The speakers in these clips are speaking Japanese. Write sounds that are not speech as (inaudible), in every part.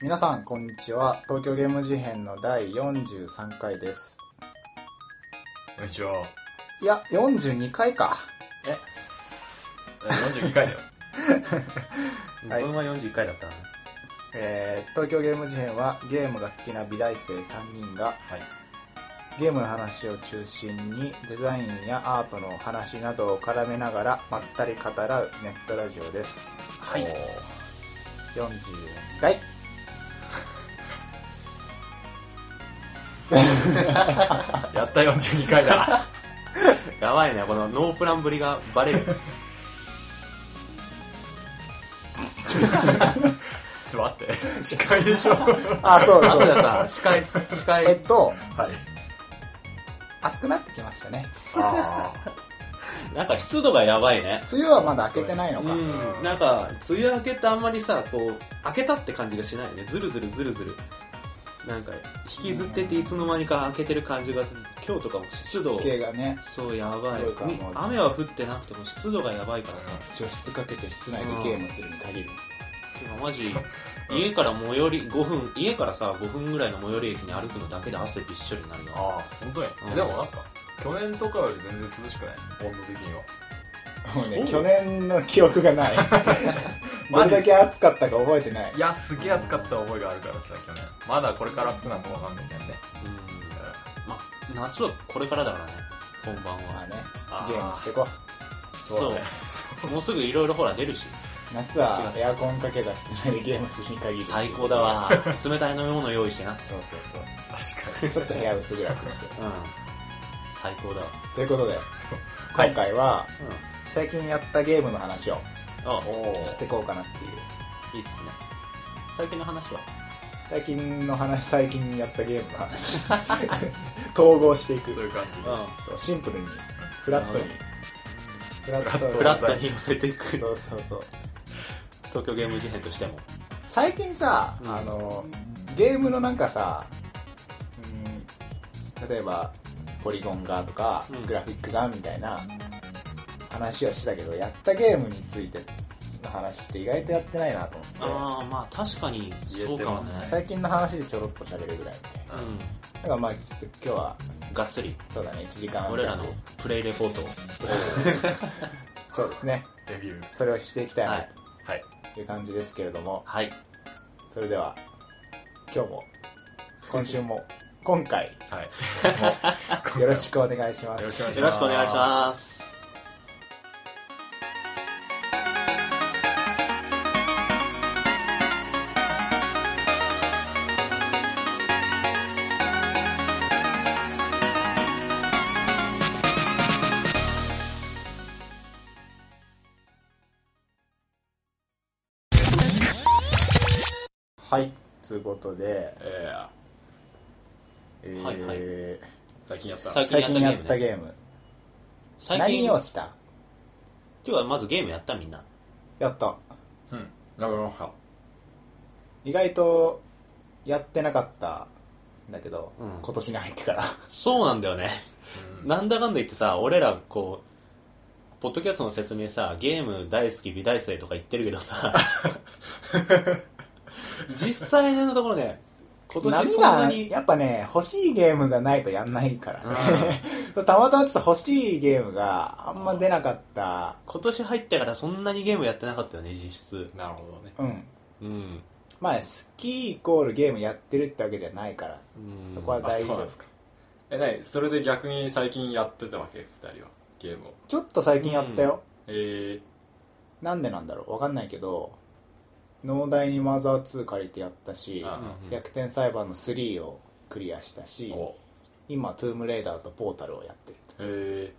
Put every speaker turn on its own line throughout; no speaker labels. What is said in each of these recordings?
皆さんこんにちは東京ゲーム事変の第43回です
こんにちはい
や42回か
え42回だよ (laughs)
はい
この前41回だったな
えー東京ゲーム事変はゲームが好きな美大生3人が
はい
ゲームの話を中心にデザインやアートの話などを絡めながらまったり語らうネットラジオです
はい
42回
やった42回だ (laughs)
やばいねこのノープランぶりがバレる
ちょっと待って司会でしょは
あそうだ
(laughs) あ
そう
と
だ
さん司会司
えっ
会
と
い
暑くなってきましたね
あ
なんか湿度がやばいね
梅雨はまだ明けてないのか、
うんなんか梅雨明けってあんまりさこう明けたって感じがしないよねずるずるずるずるなんか引きずってていつの間にか明けてる感じがする今日とかも湿度
系がね
そうやばい
すごいか
み
もう
雨は降ってなくても湿度がやばいからさ
除湿かけて室内でゲームするに限る
マジ家から最寄り5分家からさ5分ぐらいの最寄り駅に歩くのだけで汗びっしょりになる
あ
よ
あ本当に、
うん
でもなんか去年とかより全然涼しくない温度的には
もうね
そう
去年の記憶がない
(laughs)
どれだけ暑かったか覚えてない
いやすげえ暑かった覚えがあるからさ去年まだこれから暑くなるのわかんないけどね
うん
だから
まあ、夏はこれからだからね、本番
まあ
は。
ね
あー
ゲームしてこ
そ
そうう
ね。
もうすぐいろいろほら出るし。
う夏はエアコンかけた室内でゲームするに限る
最高だわ。冷たい飲み物用意してな。うん。
そうそうそ
確か
うちょっと部屋薄暗く
(laughs)
して
最高だわ。
ということで
はい
今回は
うん。
最近やったゲームの話を
あ
に、おお
してこうかなっていう
いいっすね。最近の話は
最近の話最近やったゲームの
(laughs)
話統合していく
そういう感じ
う
そうシンプルにフラットにフラットに
ん。フラットに寄せていく。
そうそうそう
東京ゲーム事変としても。
最近さ、
うん
あのゲームのなんかさ、うん、例えばポリゴンがとか、
うん
グラフィックがみたいな話をしたけどやったゲームについての話って意外とやってないなと思って
ああ、まあ確かにそ
言え
うかも
てま
ね
す。
最近の話でちょろっと喋るぐらいみたいな
う
だからまあちょっと今日は
ん。がっつり、
そうだね1時間
俺らのプレイレポートを。
そうですね
レビュー
それをしていきたい
は。
ない
はい
という感じですけれども
はい。
それでは今日も今週も今回
(laughs) はい
もよろしくお願いしま
よろ
す
しく
(laughs)
お願いします
よろしくお願いします。
はいということで、
えー
えー
はいはい
最近やった
最近
最近や
や
っ
ったた
ゲーム,、
最
何
近、
をした
今日はまずゲームやったみんな。
やった
うんラブロンハ
意外とやってなかったんだけど、
うん
今年に入ってから
そうなんだよね。
うん
なんだかんだ言ってさ、俺らこう、ポッドキャストの説明さ、ゲーム大好き美大生とか言ってるけどさ、実際のところね、今年
波
そんな
が
に、
やっぱね欲しいゲームがないとやんないからね、 (laughs) たまたまちょっと欲しいゲームがあんま出なかった
今年入ってからそんなにゲームやってなかったよね、実質。
なるほどね
うん
うん。
まあ好きイコールゲームやってるってわけじゃないから、
うん
そこは
あ
大
そう
丈
なん
夫
ですか (laughs) え何それで逆に最近やってたわけ二人はゲームを
ちょっと最近やったよ、
え
なんでなんだろうわかんないけど農大にマザー2借りてやったし、
あ
うん
逆転裁判の3をクリアした
え
し
ー、お
今トゥームレイダーとポータルをやってる
え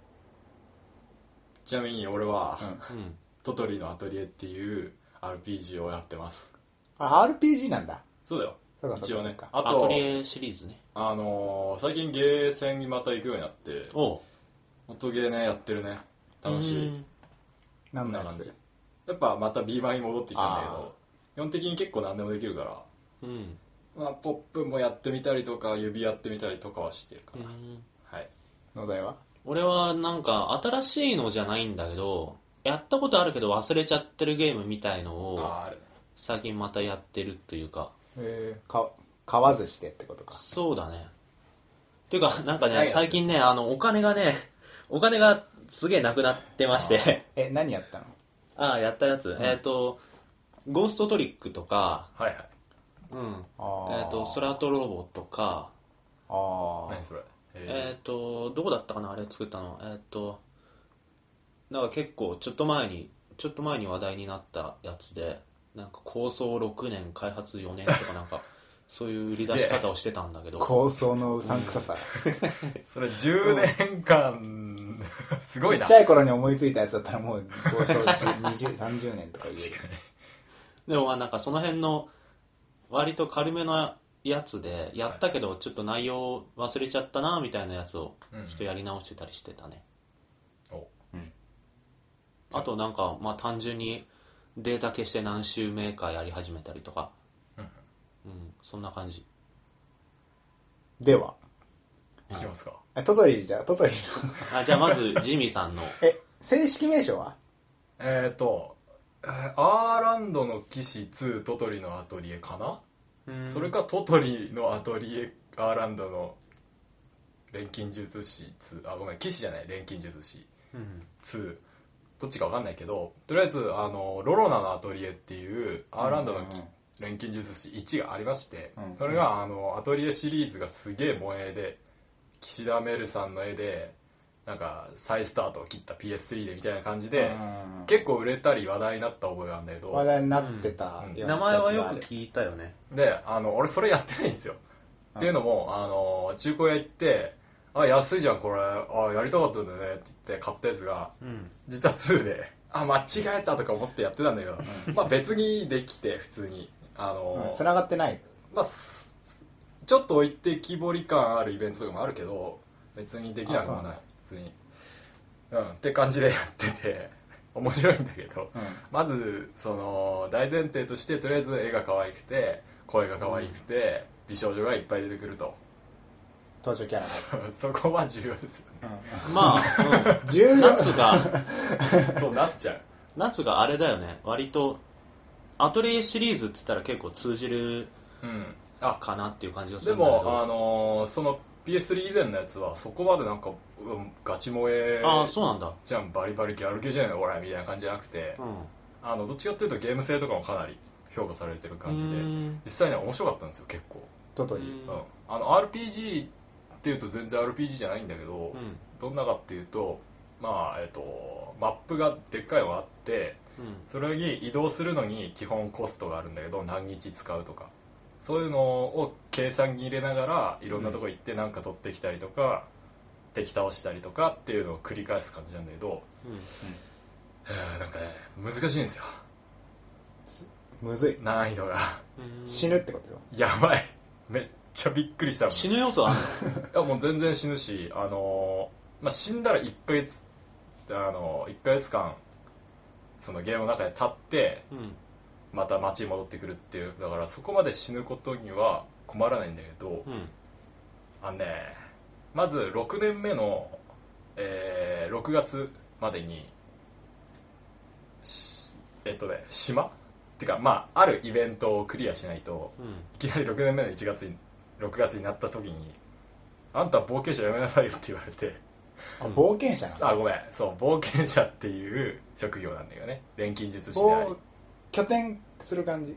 ー、ちなみに俺は、
うん
うん
トトリのアトリエっていう RPG をやってます
あ RPG なんだ
そうだよ
そうかそうか
一応
そう
ね
か
あ
アト
と
リエシリーズね。
あのー、最近ゲーセンにまた行くようになって
おう
音ゲーねやってるね楽しい
うん
何の
な
や
感
つ
じやっぱまた B マイに戻ってきたんだけど基本的に結構何でもできるから、
うん。
まあ、ポップもやってみたりとか指やってみたりとかはしてるか
う
な、
ん
はい
農大は
俺はなんか新しいのじゃないんだけど、やったことあるけど忘れちゃってるゲームみたいのを、
あーあれ
最近またやってるというか
えー、か買わずしてってことか
そうだね。ていうか、 (laughs) なんか
は
ね、
い
最近ね、あの、お金がね、お金がすげえなくなってまして、
え何やったの
ああ、やったやつ。えっ、と、ゴーストトリックとか、
はいはい
うん。
あー
えっ、と、ソラトロボとか、
ああ
何それ
え
え
っ、と、どこだったかな、あれ作ったの。えっ、と、なんか結構、ちょっと前に、ちょっと前に話題になったやつで、なんか構想6年、開発4年とかなんか、そういう売り出し方をしてたんだけど、
構想のうさんくさ
(laughs)
さ、
ーそれ10年間 (laughs) すご
ち
い
っ
な
ちゃい頃に思いついたやつだったらもう構想10 20 30年とか言える
でもまあなんかその辺の割と軽めのやつでやったけどちょっと内容忘れちゃったなみたいなやつをち
う
ょ
ん
っとやり直してたりしてたね、
お
あとなんかまあ単純にデータ消して何周目かやり始めたりとかうんそんな感じ
ではい
きますか
えトトリじゃあトトリの
あじゃあまずジミーさんの
え正式名称は
えっ、ー、と、えーアーランドの騎士2トトリのアトリエかな、それかトトリのアトリエアーランドの錬金術師2あごめん騎士じゃない錬金術師
うん
2どっちか分かんないけどとりあえずあのロロナのアトリエっていうアーランドのき、
うん
錬金術師1がありまして、
うん
それがあのアトリエシリーズがすげえ萌えで岸田メルさんの絵でなんか再スタートを切った PS3 でみたいな感じで、
うん
結構売れたり話題になった覚えがあるんだけ
話
ど
題になってた、
うん
ような記憶
名前
があ
は
る
よく聞いたよね
であの俺それやってないんですよ、
うん
っていうのもあの中古屋行って「あ安いじゃんこれあやりたかったんだよね」って言って買ったやつが
うん
実は2で「あ間違えた」とか思ってやってたんだけど、まあ別にできて普通にあの、
つながってない
まあすちょっと置いてきぼり感あるイベントとかもあるけど別にできなくもない
あ
普通にうんって感じでやってて (laughs) 面白いんだけど、
うん
まずその大前提としてとりあえず絵が可愛くて声が可愛くて、美少女がいっぱい出てくると (laughs)
登場キャラ
そそこは重要
(laughs)
ですよね
まあ、う
重要
ん、なんつうか
そうなっちゃう
なんつうかあれだよね割とアトリエシリーズって言ったら結構通じる
うんあ
かなっていう感じがす
で
るんだけど
もあのーその PS3 以前のやつはそこまでなんか、うんガチ萌え
ああそうなんだ
じゃんバリバリギャル系じゃないおらみたいな感じじゃなくて、
う
あのどっちかっていうとゲーム性とかもかなり評価されてる感
ん
じ
う
で
ん
実際ね面白かったんですよ結構、
トト
う
リ
うんんあの RPG っていうと全然 RPG じゃないんだけど、
うん
どんなかっていうとまあえっとマップがでっかいのがあってそれに移動するのに基本コストがあるんだけど何日使うとかそういうのを計算に入れながらいろんなとこ行って何か取ってきたりとか、敵倒したりとかっていうのを繰り返す感じなんだけど、
うん
はあなんかね難しいんですよ
むずい
難易度が
うん
死ぬってことよ
やばいめっちゃびっくりしたもんい
死ぬ要素ある
やもう全然死ぬしあのーまあ、死んだら1ヶ月あの1ヶ月間そのゲームの中で立って
のうん
また街に戻ってくるっていうだからそこまで死ぬことには困らないんだけど
うん
あのねまず6年目の、えー6月までにしえっとね島っていうかまああるイベントをクリアしないと
うん
いきなり6年目の1月に6月になった時に「あんた冒険者やめなさいよ」って言われて
あ冒険者なの
あごめんそう冒険者っていう職業なんだよね錬金術師であり
冒拠点する感じ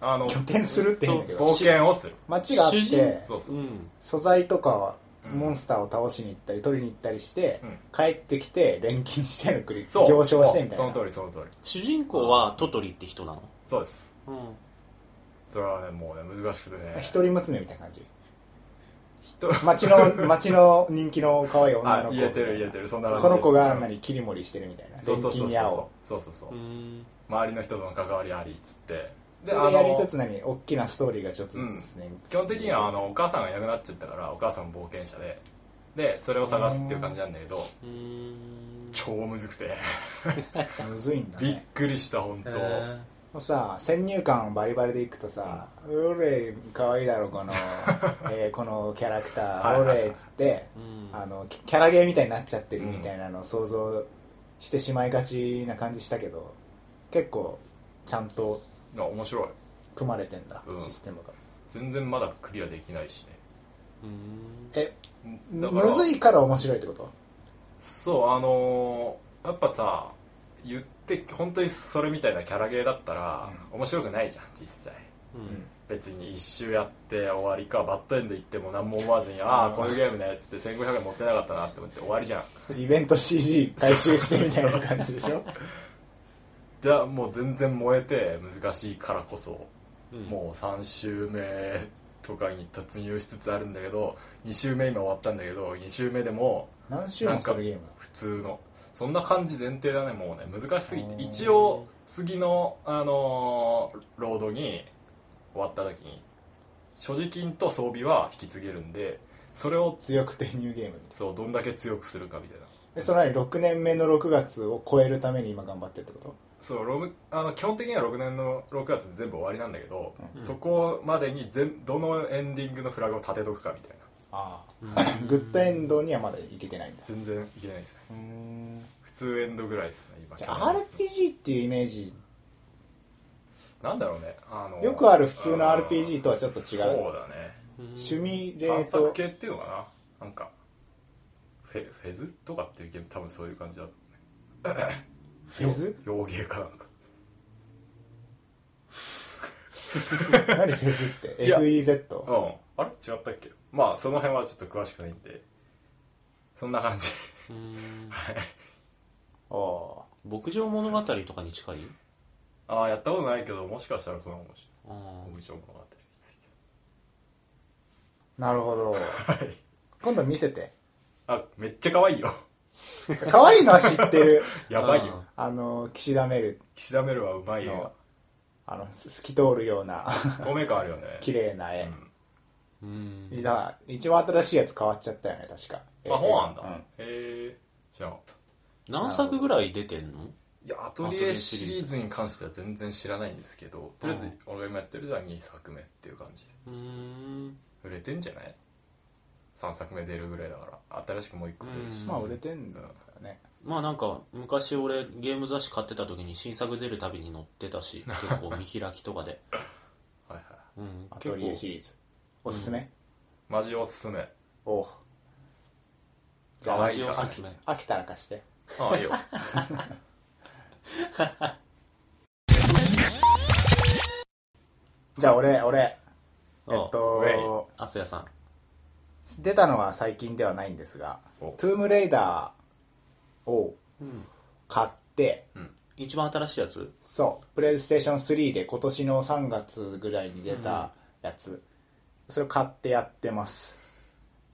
あの
拠点するって言うんだけ
冒
ど
険をする
街があっ
主人
て
そうそう
う
そう、
ん
素材とかは
うん
モンスターを倒しに行ったり取りに行ったりして、
うん
帰ってきて錬金しての繰り
そう
行商してみたいな
そうその通りその通り
主人公はトトリって人なの
そうです
うん
それはねもうね難しくてね
一人娘みたいな感じ
人
街の街の人気の可愛い女
あ
の子
言えてる言えてるそんな感じ
その子が何切り盛りしてるみたいな
そうそう
錬金
そうそう
に合おう
そうそうそう
うん
周りの人との関わりありっつって
それでやりつつ何大きなストーリーがちょっとずつですね、
基本的にはあのお母さんがいなくなっちゃったからお母さん冒険者ででそれを探すっていう感じなんだけど
うん
超むずくて
むずいんだ
びっ
ね
くりした本当、
へ
もうさ先入観バリバリでいくとさ「うれかわいいだろ
(laughs)
この、えーこのキャラクタ
は
ー
いうはいはい
れ」っつって
ーうん
あのキキャラゲーみたいになっちゃってるみたいなのを想像してしまいがちな感じしたけど結構ちゃんと
あ面白い
組まれてんだ、
うん
システムが
全然まだクリアできないしね
うん
え
だ
む
から
ずいから面白いってこと
そうあのーやっぱさ言って本当にそれみたいなキャラゲーだったら、面白くないじゃん実際
う
うん
ん
別に一周やって終わりかバッドエンド行っても何も思わずにああこういうゲームねっつって1500円持ってなかったなって思って終わりじゃん
イベント CG 回収してみたいな感じでしょ
じゃあもう全然燃えて難しいからこそ
うん
もう3周目とかに突入しつつあるんだけど2周目今終わったんだけど2周目でも
何周もするゲーム
普通のそんな感じ前提だねもうね難しすぎ
う
て
ん
一応次の、あのーロードに終わった時に所持金と装備は引き継げるんでそれを
強くてニューゲームみたい
そうどんだけ強くするかみたいな
なでその前に6年目の6月を超えるために今頑張ってるってこと
そうロムあの基本的には6年の6月で全部終わりなんだけど、
うん
そこまでに全どのエンディングのフラグを立てとくかみたいな
ああ
うん
グッドエンドにはまだいけてないんです
全然いけないですね
うん
普通エンドぐらいですね今
じゃあ RPG っていうイメージ
なんだろうねあの
よくある普通の RPG とはちょっと違う
そうだね
趣味レ
探
ー
索
ト
系っていうのかななんかフェフェズとかっていうゲーム多分そういう感じだと
フェ (laughs) ズ
洋芸かなんか
何フェズって
いや
FEZ
うんあれ違ったっけまあその辺はちょっと詳しくないんでそんな感じ (laughs)
うん
あ
牧場物語とかに近い
ああやったことないけどもしかしたらそうなのかもし
あ
れ
ー
ない牧場物語について
あなるほど
はい
今度見せて
あめっちゃ可愛いよ (laughs)
可愛いのは知って (laughs) る
やばいよ
あの岸田メル
岸田メルはうまいよ
のあのす透き通るような (laughs)
透明感あるよね
綺麗な絵、
うん
うん
だから一番新しいやつ変わっちゃったよね確か
あ本あんだ、
う
へえ知らなかった
何作ぐらい出てんの
いやアトリエシリーズに関しては全然知らないんですけどとりあえず俺が今やってるのは2作目っていう感じで
うん
売れてんじゃない3作目出るぐらいだから新しくもう1個出るし、
うん
まあ売れてんだよね、
まあなんか昔俺ゲーム雑誌買ってた時に新作出るたびに載ってたし結構見開きとかで、
はいはい
うん、
アトリエシ
リ
リーズおすすめ、
マジおすすめ
おうじ
可
ゃあ
愛いから
お
ね
すすめ
飽きたら貸して
あ (laughs) あいいよ
じゃあ俺俺え
お
っと
あすやさん
出たのは最近ではないんですが
お
「トゥームレイダー」を
うん
買って
一番新しいやつ
そうプレイステーション3で今年の3月ぐらいに出たやつ、それを買ってやってます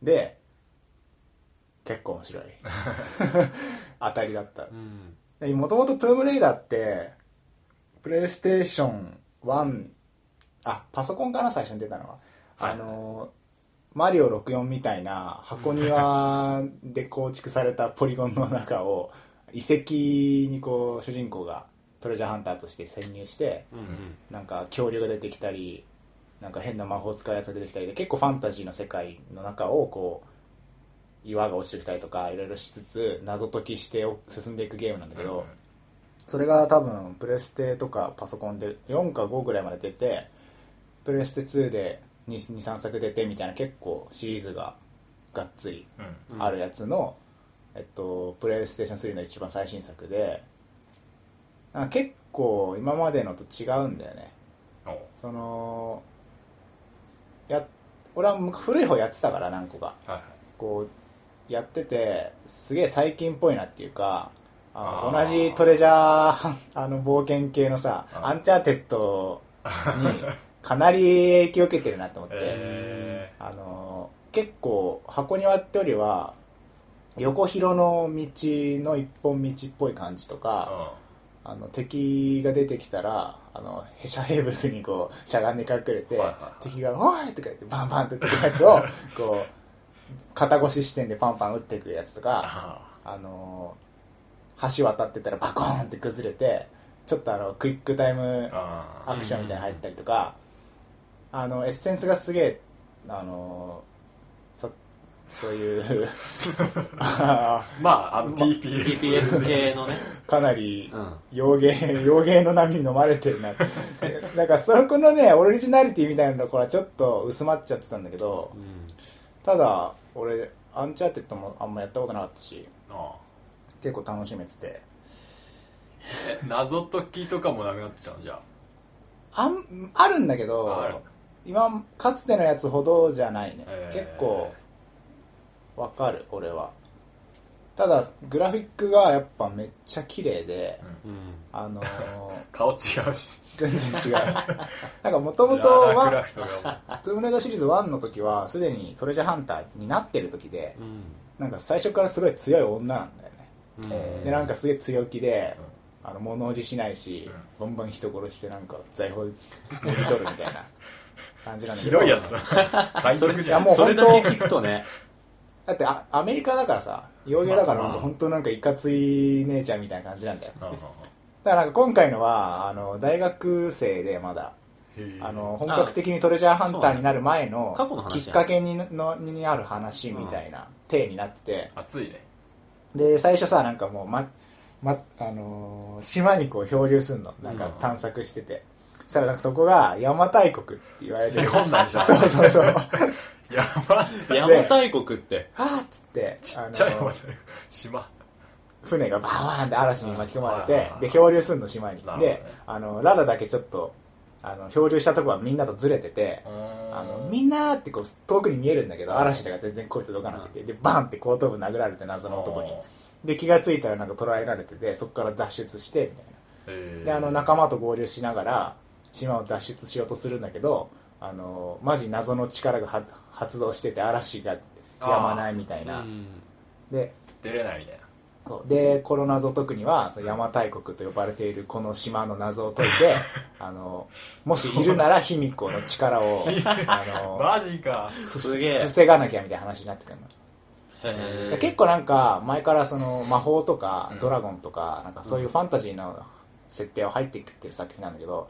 で結構面白い当たりだった
うん
もともと「トゥームレイダー」ってプレイステーション1あパソコンかな最初に出たのは、
はい
あのマリオ64みたいな箱庭で構築されたポリゴンの中を遺跡にこう主人公がトレジャーハンターとして潜入して
うん
なんか恐竜が出てきたりなんか変な魔法使うやつが出てきたりで結構ファンタジーの世界の中をこう岩が落ちてきたりとかいろいろしつつ謎解きして進んでいくゲームなんだけど、それが多分プレステとかパソコンで4か5ぐらいまで出てプレステ2で23作出てみたいな結構シリーズががっつり
うんうん
うん
あるやつの、えっと、プレイステーション3の一番最新作でなんか結構今までのと違うんだよね
お
そのや俺は昔古い方やってたから何個か
はいはい
こうやっててすげえ最近っぽいなっていうかあの
あー
同じトレジャー (laughs) あの冒険系のさ
あー
アンチャーテッドにかなり影響を受けてるなと思って、
え
あの結構箱庭ってよりは横広の道の一本道っぽい感じと
ー、
かあの敵が出てきたらあのへしゃへブスにこうしゃがんで隠れて、
はいはいはい
敵が「おい!」とか言ってバンバンって打ってくやつ
(laughs)
をこう肩越し視点でパンパン打ってくるやつとか、
あ
あのー橋渡ってたらバコーンって崩れてちょっとあのクイックタイム
ーあー
アクションみたいなの入ったりとか、あのエッセンスがすげえあのーそそう
(laughs)
いう (laughs)
まああの TPS
TPS 系のね、
かなり
うん
洋芸洋芸の波に飲まれてるななんかそこのねオリジナリティみたいなところはちょっと薄まっちゃってたんだけど
うん、
ただ俺アンチャーテッドもあんまやったことなかったし
(laughs) ああ
結構楽しめてて
え謎解きとかもなくなっちゃうじゃ
あんあるんだけ
あある
ど今かつてのやつほどじゃないね、
えー
結構わかる俺はただグラフィックがやっぱめっちゃ綺麗で、
うん
うん、
あのー (laughs)
顔違うし
全然違
(laughs)
うなんかもともと
ララクラ
は
フトが (laughs)
トゥームレイダーシリーズ1の時はすでにトレジャーハンターになってる時で
うん、
なんか最初からすごい強い女なんだよね
うん
でなんかすげえ強気で、あの物おじしないし、バンバン人殺してなんか財宝もぎ取るみたいな感じなんだ
ひ
けど
どいや (laughs) つだ海賊じゃん
いやもう
それだ
本
け
当
聞く
(laughs)
とね、
だってあアメリカだからさ洋芸だから
まあまあ
本当なんかいかつい姉ちゃんみたいな感じなんだよ
ああ
だからなんか今回のはあの大学生でまだ
へえ
あの本格的にトレジャーハンターになる前の
そうね過去の話
き
や
っかけにのにある話みたいな体になってて
熱いね
で最初さなんかもう、ままあのー島にこう漂流すんのなんか
うん
探索してて、そしたらなんかそこが邪馬台国って言われて
日本なんじ
(laughs)
ゃん
そうそうそう
(laughs) やば
邪馬台国って、、
あーっつって
ち
あの
っ
ー
ちゃいもんね島
船がバーンって嵐に巻き込まれ
うん
て
はい
で漂流すんの島に
なるほどね
であのララだけちょっとあの漂流したとこはみんなとずれてて、あ
あ
のみんなーってこう遠くに見えるんだけど嵐とか全然声届かなくてでバンって後頭部殴られて謎の男にで気がついたらなんか捕らえられててそこから脱出してみたいなであの仲間と合流しながら島を脱出しようとするんだけどあのマジ謎の力がは発動してて嵐がやまないみたいうなんで
出れないみたいな
そうでこの謎を解くにはその邪馬台国と呼ばれているこの島の謎を解いてあのもしいるなら卑弥呼の力をあの
マジか
すげえ、
防がなきゃみたいな話になってくるの、
へー
結構なんか前からその魔法とか
うん
ドラゴンとかなんかそういうファンタジーの設定は入ってきてる作品なんだけど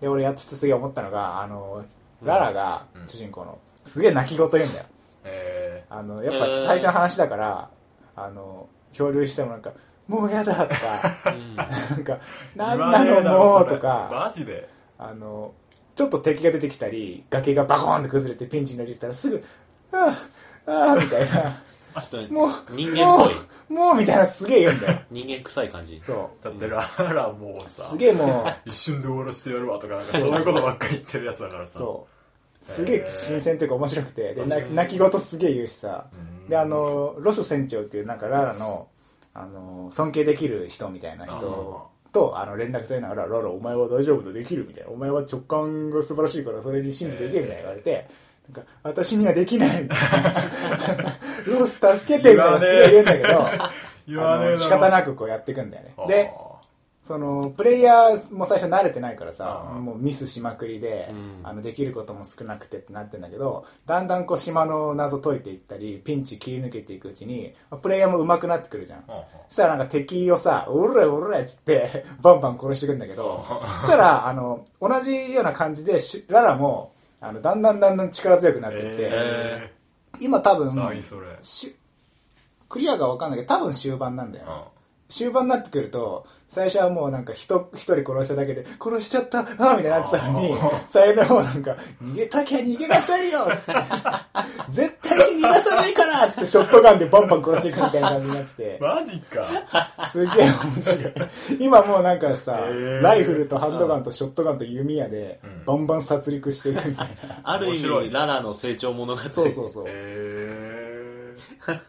で俺やっててすげえ思ったのがあのララが
うん
主人公のすげえ泣き言言うんだよ
え
あのやっぱ最初の話だからあの漂流してもなんか「もうやだ」とか
う
「
ん
なんか
ー
なんなのもう」とか
マジで
あのちょっと敵が出てきたり崖がバコーンって崩れてピンチになっちゃったらすぐ「ああああ」みたい
(laughs)
な。
ちょっと
もう、
人間っぽい
もう、もうみたいなすげえ言うんだよ。
人間臭い感じ。
そ
だってララも
う。
うさ
すげえも
(laughs)
う、
一瞬で終わらせてやるわとかなんかそういうことばっかり言ってるやつだからさ
そう。すげえ新鮮というか面白くて、で、
確
な
かに
泣き言すげえ言うしさ
う。ん
で、あの、ロス船長っていうなんかララの、あの、尊敬できる人みたいな人と、あの、連絡取りながら、ララお前は大丈夫だ、できるみたいな。お前は直感が素晴らしいから、それに信じていけみたいな言われて、なんか、私にはできないみたいな。 (laughs) ロス助けてみたいなすげえ言うんだけど、
言わね
あ
え
の仕方
い
なくこうやっていくんだよね。で、そのプレイヤーも最初慣れてないからさ
ああ
もうミスしまくりで、
うん
あのできることも少なくてってなってんだけどだんだんこう島の謎解いていったりピンチ切り抜けていくうちにプレイヤーも上手くなってくるじゃん、そしたらなんか敵をさ「おるれおるれ」っつってバンバン殺してくんだけどそしたらあの同じような感じでしララもあのだんだんだんだん力強くなっていって、
え
今多
ー
分
何それ
しクリアが分かんないけど多分終盤なんだよね、
うん
終盤になってくると最初はもうなんか人一人殺しただけで殺しちゃったああみたいになってたのに
ああ
最後の方なんか逃げたきゃ逃げなさいよ
(laughs)
つって絶対に逃がさないからっつってショットガンでバンバン殺していくみたいな感じになって
(laughs)
て
マジか
すげえ面白い今もうなんかさ
へえ
ライフルとハンドガンとショットガンと弓矢で
うん
バンバン殺戮していくみたい
(laughs)
な
ある意
面白
味、
い
ララの成長物語。
そうそうそう
え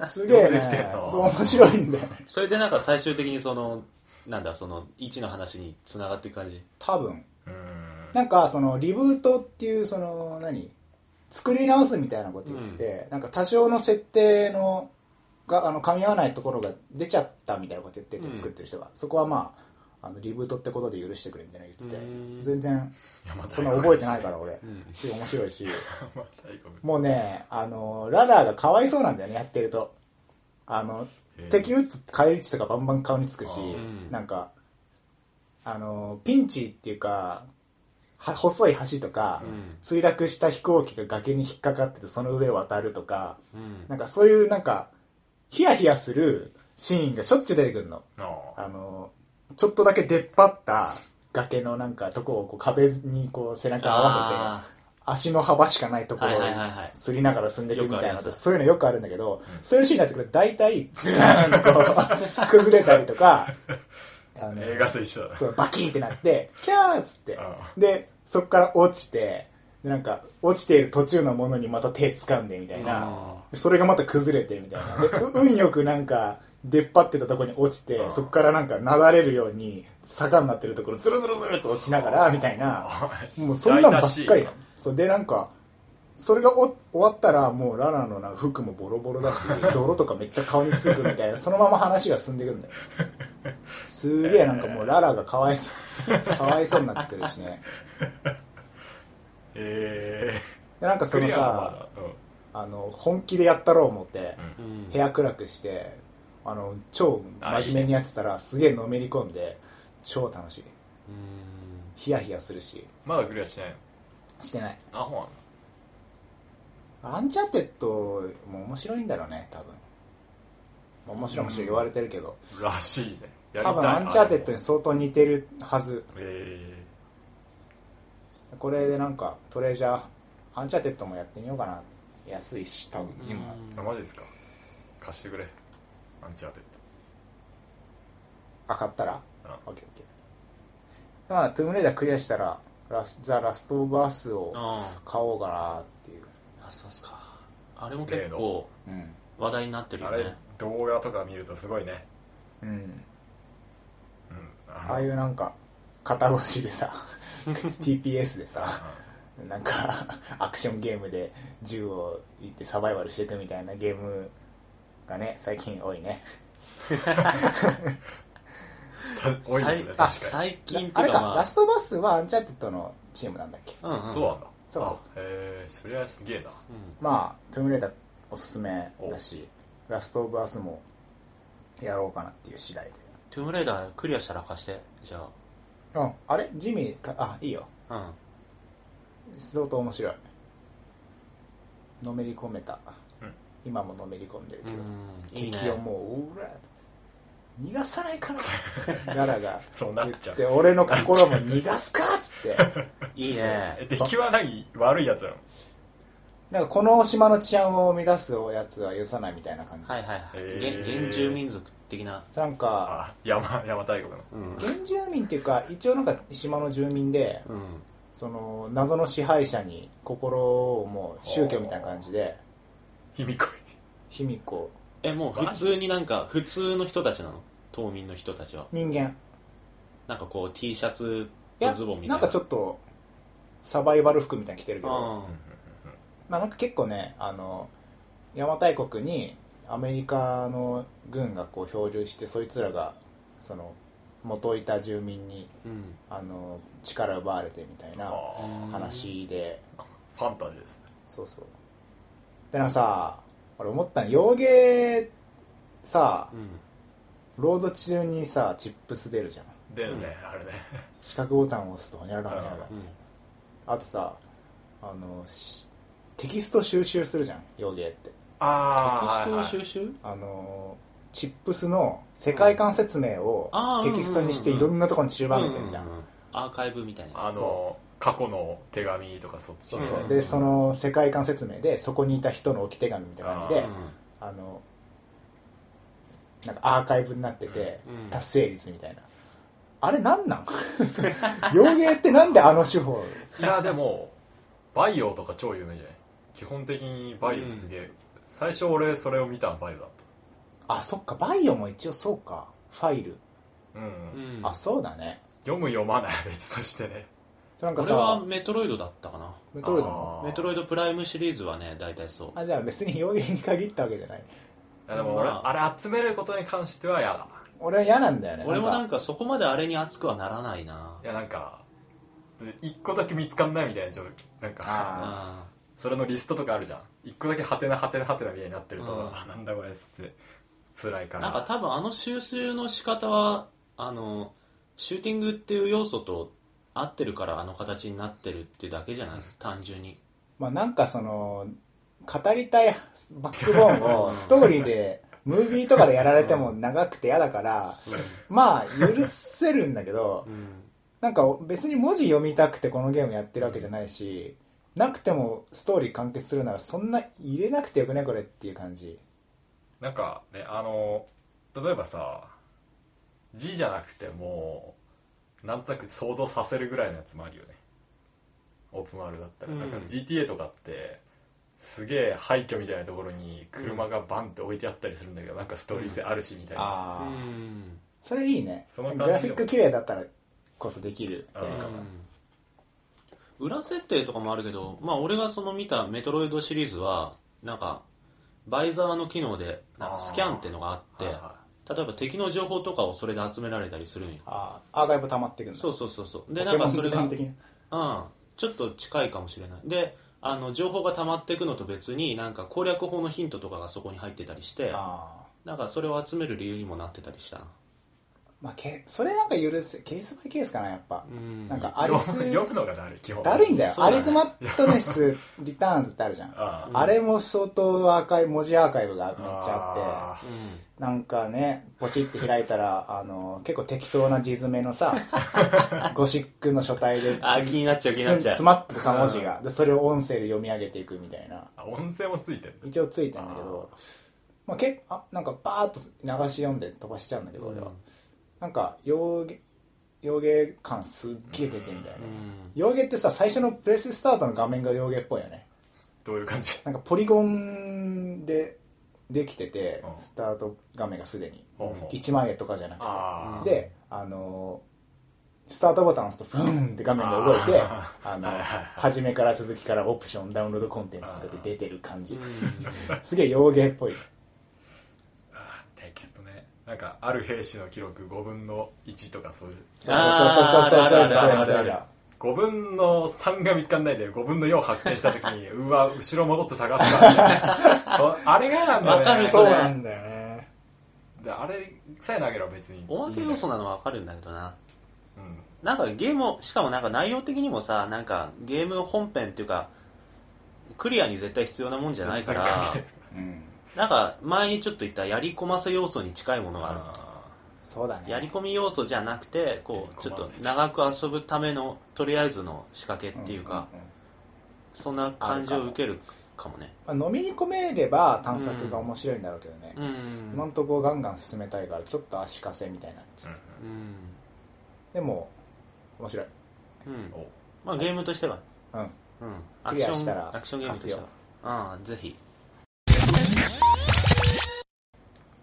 すげえ
よくで
ね
きてんな
そう面白いんだよ
それでなんか最終的にその、なんだ、その、1の話に繋がっていく感じ。
多分
ーうん
なんかそのリブートっていうその何作り直すみたいなこと言ってて、なんか多少の設定のがあの噛み合わないところが出ちゃったみたいなこと言ってて、
うん
作ってる人がそこはまああのリブートってことで許してくれみたいなの言ってて
うん
全然
山田
そんな覚えてないから俺
うん。
すごい面白
(laughs)
いし
(laughs) 山田大国
もうねあのラダーがかわいそうなんだよねやってるとあの
へえ
敵撃つ返り血とかバンバン顔につくし、
うん
なんかあのピンチっていうかは細い橋とか、
う
墜落した飛行機が崖に引っかかっててその上を渡るとか
んうん
なんかそういうなんかヒヤヒヤするシーンがしょっちゅう出てくるの
あ
あのちょっとだけ出っ張った崖のなんかとこをこう壁にこう背中合わせて
あ
足の幅しかないところを
はいはいはいはい
すりながら進んでいくみたい
よくあり
な
ます
そういうのよくあるんだけど、そういうシーンになってくると大体ズーンとこう崩れたりと
(laughs)
かあの
ー映画と一緒
(laughs)
だね
そうバキンってなってキャーっつって
あ
でそこから落ちてでなんか落ちている途中のものにまた手掴んでみたいなそれがまた崩れてみたいなで
(laughs)
う運よくなんか出っ張ってたところに落ちて
うん
そこからなんかなだれるように坂になってるところズルズルズルと落ちながらみたいなもうそんなんばっ
台
か
無し
りなのそうでなんかそれがお終わったらもうララのなんか服もボロボロ
(laughs)
だし泥とかめっちゃ顔につくみたいなそのまま話が進んでいくんだよすげえなんかもうララがかわいそうかわいそうになってくるしね
え
でなんか
ー
そ
ク
の
リアは
さ
まだ
あの本気でやったろう思って
うん
う
うん
ん
部屋暗くしてあの超真面目にやってたらすげえのめり込んで超楽しい
うん
ヒヤヒヤするし
まだクリアしてないの
してない
あほん
アンチャーテッドも面白いんだろうね多分まあ面白い面白い言われてるけど
らしいねやりた
多
い
分アンチャーテッドに相当似てるはず
え
これでなんかトレジャーアンチャーテッドもやってみようかな安いし多分今
ーあマジですか貸してくれアンチャーテッ
あ買ったら
ドあ
オッケーオッケーまあトゥームレイダークリアしたらラスザ・ラスト・オブ・アースを
あ
買おうかなっていう
あそうっすかあれも結構
うん、
話題になってるよ
あ
ね
れ動画とか見るとすごいね
うん、
うん
ああいうなんか肩越しで
(laughs)
さ TPS でさなんか (laughs) アクションゲームで銃をいってサバイバルしていくみたいなゲームがね最近多いね
うん多いですね
最あ
確かに
最近って
あ
い
れ
う
か、
かま
ラストバスはアンチャーテッドのチームなんだっけ
あ
そう
う
なんだ
そうそう
あへえそりゃすげえな
まあトゥームレイダーおすすめだしラストオブアースもやろうかなっていう次第で
トゥームレイダークリアしたら貸してじゃ
うんあれジミーかあいいよ
あうん
相当面白いのめり込めた、
うん
今ものめり込んでるけど、
うんいい
敵を
ね
もううら逃がさないからララが
そうな
言
っ
っ
ちゃ
て
う
俺の心も逃がすかっつ
(laughs)
って
いい
え (laughs)
ね
敵は何悪いやつなの
なんかこの島の治安を乱すおやつは許さないみたいな感じ、
はいはいは
え
い
ー
原原住民族的な
なんか
あ山山大国の
うん
原住民っていうか一応なんか島の住民で
うん
その謎の支配者に心をもう宗教みたいな感じで
卑弥呼
卑弥呼
えもう普通になんか普通の人たちなの島民の人たちは
人間
なんかこう T シャツ
いや
とズボンみたいな
なんかちょっとサバイバル服みたいに着てるけど
あ
まあ、なんか結構ねあの邪馬台国にアメリカの軍がこう漂流してそいつらがその元いた住民に
ーうん
あの力を奪われてみたいな
あ
話で
あファンタジーですね
そうそうでなんかさ俺思ったの洋芸さ
うん
ロード中にさチップス出るじゃん
でねあれね
四角ボタンを押すとほにゃららほにゃらら
うん
あとさあのしテキスト収集するじゃん洋芸って
あ
テ
あ
キスト収集
あのチップスの世界観説明を
あー
テキストにしていろんなところに散りばめてんじゃん,、
うううアーカイブみたいな
あ
や
の過去の手紙とかそっち
そう
の
そう
うん
でその世界観説明でそこにいた人の置き手紙みたいな感じ
つ
で
あ
う
あのなんかアーカイブになってて、
うんうん
達成率みたいなあれなんなん (laughs) 洋芸ってなんであの手法
いやでもバイオとか超有名じゃない基本的にバイオすげえ、最初俺それを見たのバイオだっ
あそっかバイオも一応そうかファイル、
たうん、
んうん
あそうだね
読む読まないは別としてね
それなんか
俺は
さ
メトロイドだったかな
メトロイドも
あー
メトロイドプライムシリーズはね大体そう
あじゃあ別に洋芸に限ったわけじゃない
いやでも俺、
ま
あ、れ集めることに関しては嫌だ
俺は嫌なんだよね
俺も
なん
な
か
んかそこまであれに熱くはならないない
やなんか一個だけ見つかんないみたいなちょっとなん
あ
か
ー
あ
それのリストとかあるじゃん一個だけハテナハテナハテナみたいになってると、
うん
あなんだこれっつって辛いか
ー
ら
なんか多分あの収集の仕方はあのシューティングっていう要素と合ってるからあの形になってるってだけじゃない単純に
まあなんかその語りたいバックボーンをストーリー
(laughs)
でムービーとかでやられても長くて嫌だからまあ許せるんだけど
うん
なんか別に文字読みたくてこのゲームやってるわけじゃないしなくてもストーリー完結するならそんな入れなくてよくねこれっていう感じ
なんかねあの例えばさ字じゃなくてもうなんとなく想像させるぐらいのやつもあるよねオープンワールドだったら、
うん
なんか GTA とかってすげえ廃墟みたいなところに車がバンって置いてあったりするんだけど、なんかストーリー性あるしみたいな、
う
ああ
ん
それいいね
そ
グ
の感じでも
ラフィック綺麗だったらこそできるやり方
うん裏設定とかもあるけど、まあ、俺がその見たメトロイドシリーズはなんかバイザーの機能でなんかスキャンってのがあって
はいは
例えば敵の情報とかをそれで集められたりするんよ
ああアーカイブ溜まってくんだ
そうそうそうそうで
ポ
な
ケ
ん
モ
か
ン
そ
図
れが、う
鑑
ん、
的な
ちょっと近いかもしれないであの情報が溜まっていくのと別になんか攻略法のヒントとかがそこに入ってたりして
ああ
なんかそれを集める理由にもなってたりしたな
まあけそれなんか許せケースバイケースかなやっぱ
うん
なんか
い
アリス
読む読むのがだるい基本
だるいんだよ、
そう
ア
だね
リスマットネスリターンズってあるじゃん
あ
あれも相当アーカイブ文字アーカイブがめっちゃあっ
あ
うん
てなんかねポチって開いたら
(laughs)
あの結構適当な字詰めのさ (laughs) ゴシックの書体で
あー気になっちゃう気になっちゃう
詰まってる3文字がでそれを音声で読み上げていくみたいな
ーあ音声もついてるんだ
一応ついてんだけどまあ、けあなんかバーッと流し読んで飛ばしちゃうんだけど俺は、
うん
なんか洋芸洋芸感すっげえ出てんだよね、
うん
洋芸ってさ最初のプレススタートの画面が洋芸っぽいよね
どういう感じ
なんかポリゴンでできてて、
うん
スタート画面がすでに、
ほうほう
1万円とかじゃなく
ああ
てであのースタートボタンを押すとブーンって画面が動いて
あ
あの
はいはいはい
初めから続きからオプションダウンロードコンテンツとかで出てる感
う
じ
ん
すげえ洋芸っぽい
テキストねなんかある兵士の記録5分の1とかそういう
そうそうそうそうそうそうそうそう
あーあるあるあるある
そうそう
5分の3が見つかんないで5分の4発見した時に
(laughs)
うわ後ろ戻って探すかみたいなそあれがなんだよね
わかる
そう
れ
なんだよね
であれさえ投げれば別に
おまけ要素
な
なのはわかるんだけどな
うん
なんかゲームをしかもなんか内容的にもさなんかゲーム本編っていうかクリアに絶対必要なもんじゃないから
全然関係ないですか
うん
なんか前にちょっと言ったやり込ませ要素に近いもの
ら
があ
そうだ
るやり
ね
込み要素じゃなくてこうち
や
ょ
り込
っ
ま
と
せ
長く遊ぶためのとりあえずの仕掛けっていうか、
んんん
そんな感じを受けるかもね
まあ飲み込めれば探索が面白いんだろうけどね
うん
今んとこガンガン進めたいからちょっと足かせみたいな
うん
うん、
でも面白い
うん
お
まあ、ゲームとしては
うん
うんア
ク
ク
リ
シ
アした
ョ
ら
ンアクションゲームとしては
貸
ああぜひ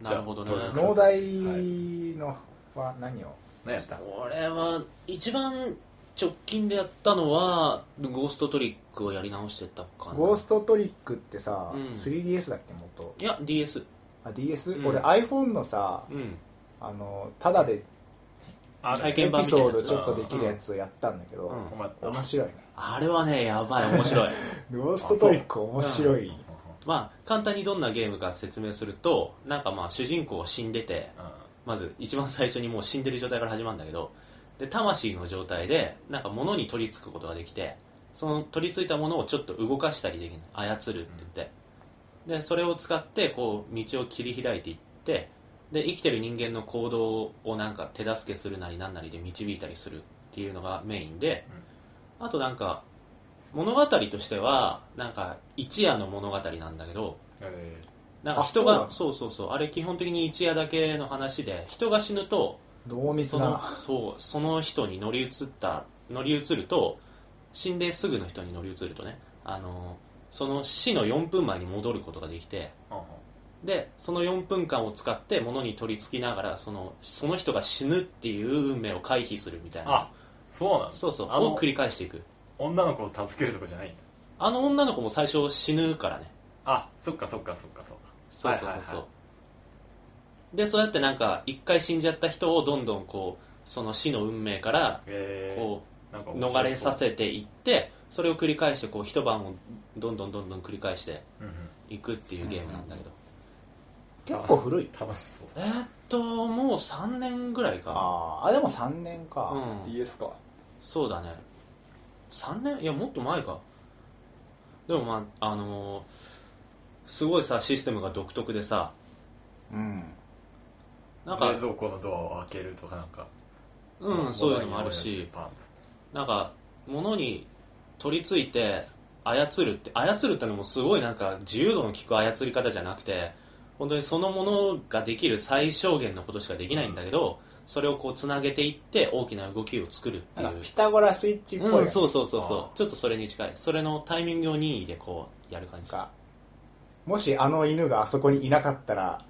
じゃあ
なるほどね
どうぞ
農大のは何を
ね
した
俺は一番直近でやったのはゴーストトリックをやり直してたかな
ゴーストトリックってさ
うん
3DS だっけ元
いや DS
あ DS
うん
俺 iPhone のさ
うん
あのただで
あ
体
エ
験
ピ
版みたい
ソ
な
ー
やつ
ドちょっとできるやつをやったんだけ
う
ど
ん
困った
面白いね
あれはねやばい面白い
ゴーストトリック面白い
まあ簡単にどんなゲームか説明するとなんかまあ主人公は死んでてまず一番最初にもう死んでる状態から始まるんだけどで魂の状態でなんか物に取り付くことができてその取り付いたものをちょっと動かしたりできない操るって言って、でそれを使ってこう道を切り開いていってで生きてる人間の行動をなんか手助けするなりなんなりで導いたりするっていうのがメインで、あとなんか物語としてはなんか一夜の物語なんだけど、
え
なんか
あそ
人
うな
が
の
そうそうそうあれ基本的に一夜だけの話で人が死ぬと
濃密
そ
な
のそうその人に乗り移った乗り移ると死んですぐの人に乗り移るとねあのその死の4分前に戻ることができてでその4分間を使って物に取り付きながらそのその人が死ぬっていう運命を回避するみたいな
あそうなんだ
そうそう
あの
を繰り返していく
女の子を助けるとこじゃないんだ
あの女の子も最初死ぬからね
あそっかそっかそっかそっか
そうそうそうそう、
はいはいは
でそうやってなんか一回死んじゃった人をどんどんこうその死の運命から
えー
こ
なんか
う
面白そう
逃れさせていってそれを繰り返してこう一晩をどんどんどんどん繰り返して
うんうん
いくっていうゲームなんだけど、
結構古い
楽しそう
えーっともう3年ぐらいか
あーあでも3年か、
うん
DS か
そうだね3年いやもっと前かでもまああのーすごいさシステムが独特でさ
うん
なんか
冷蔵庫のドアを開けるとかなんか
うんそういうのもあるし
パンツ
なんか物に取り付いて操るって操るってのもすごいなんか自由度の利く操り方じゃなくて本当にそのものができる最小限のことしかできないんだけど、それをこうつなげていって大きな動きを作るってい
なんか
う
ピタゴラスイッチっぽいよ
う
ね、
ん、そうそうそうそ
あ
うちょっとそれに近いそれのタイミングを任意でこうやる感
なん
じ
かもしあの犬があそこにいなかったら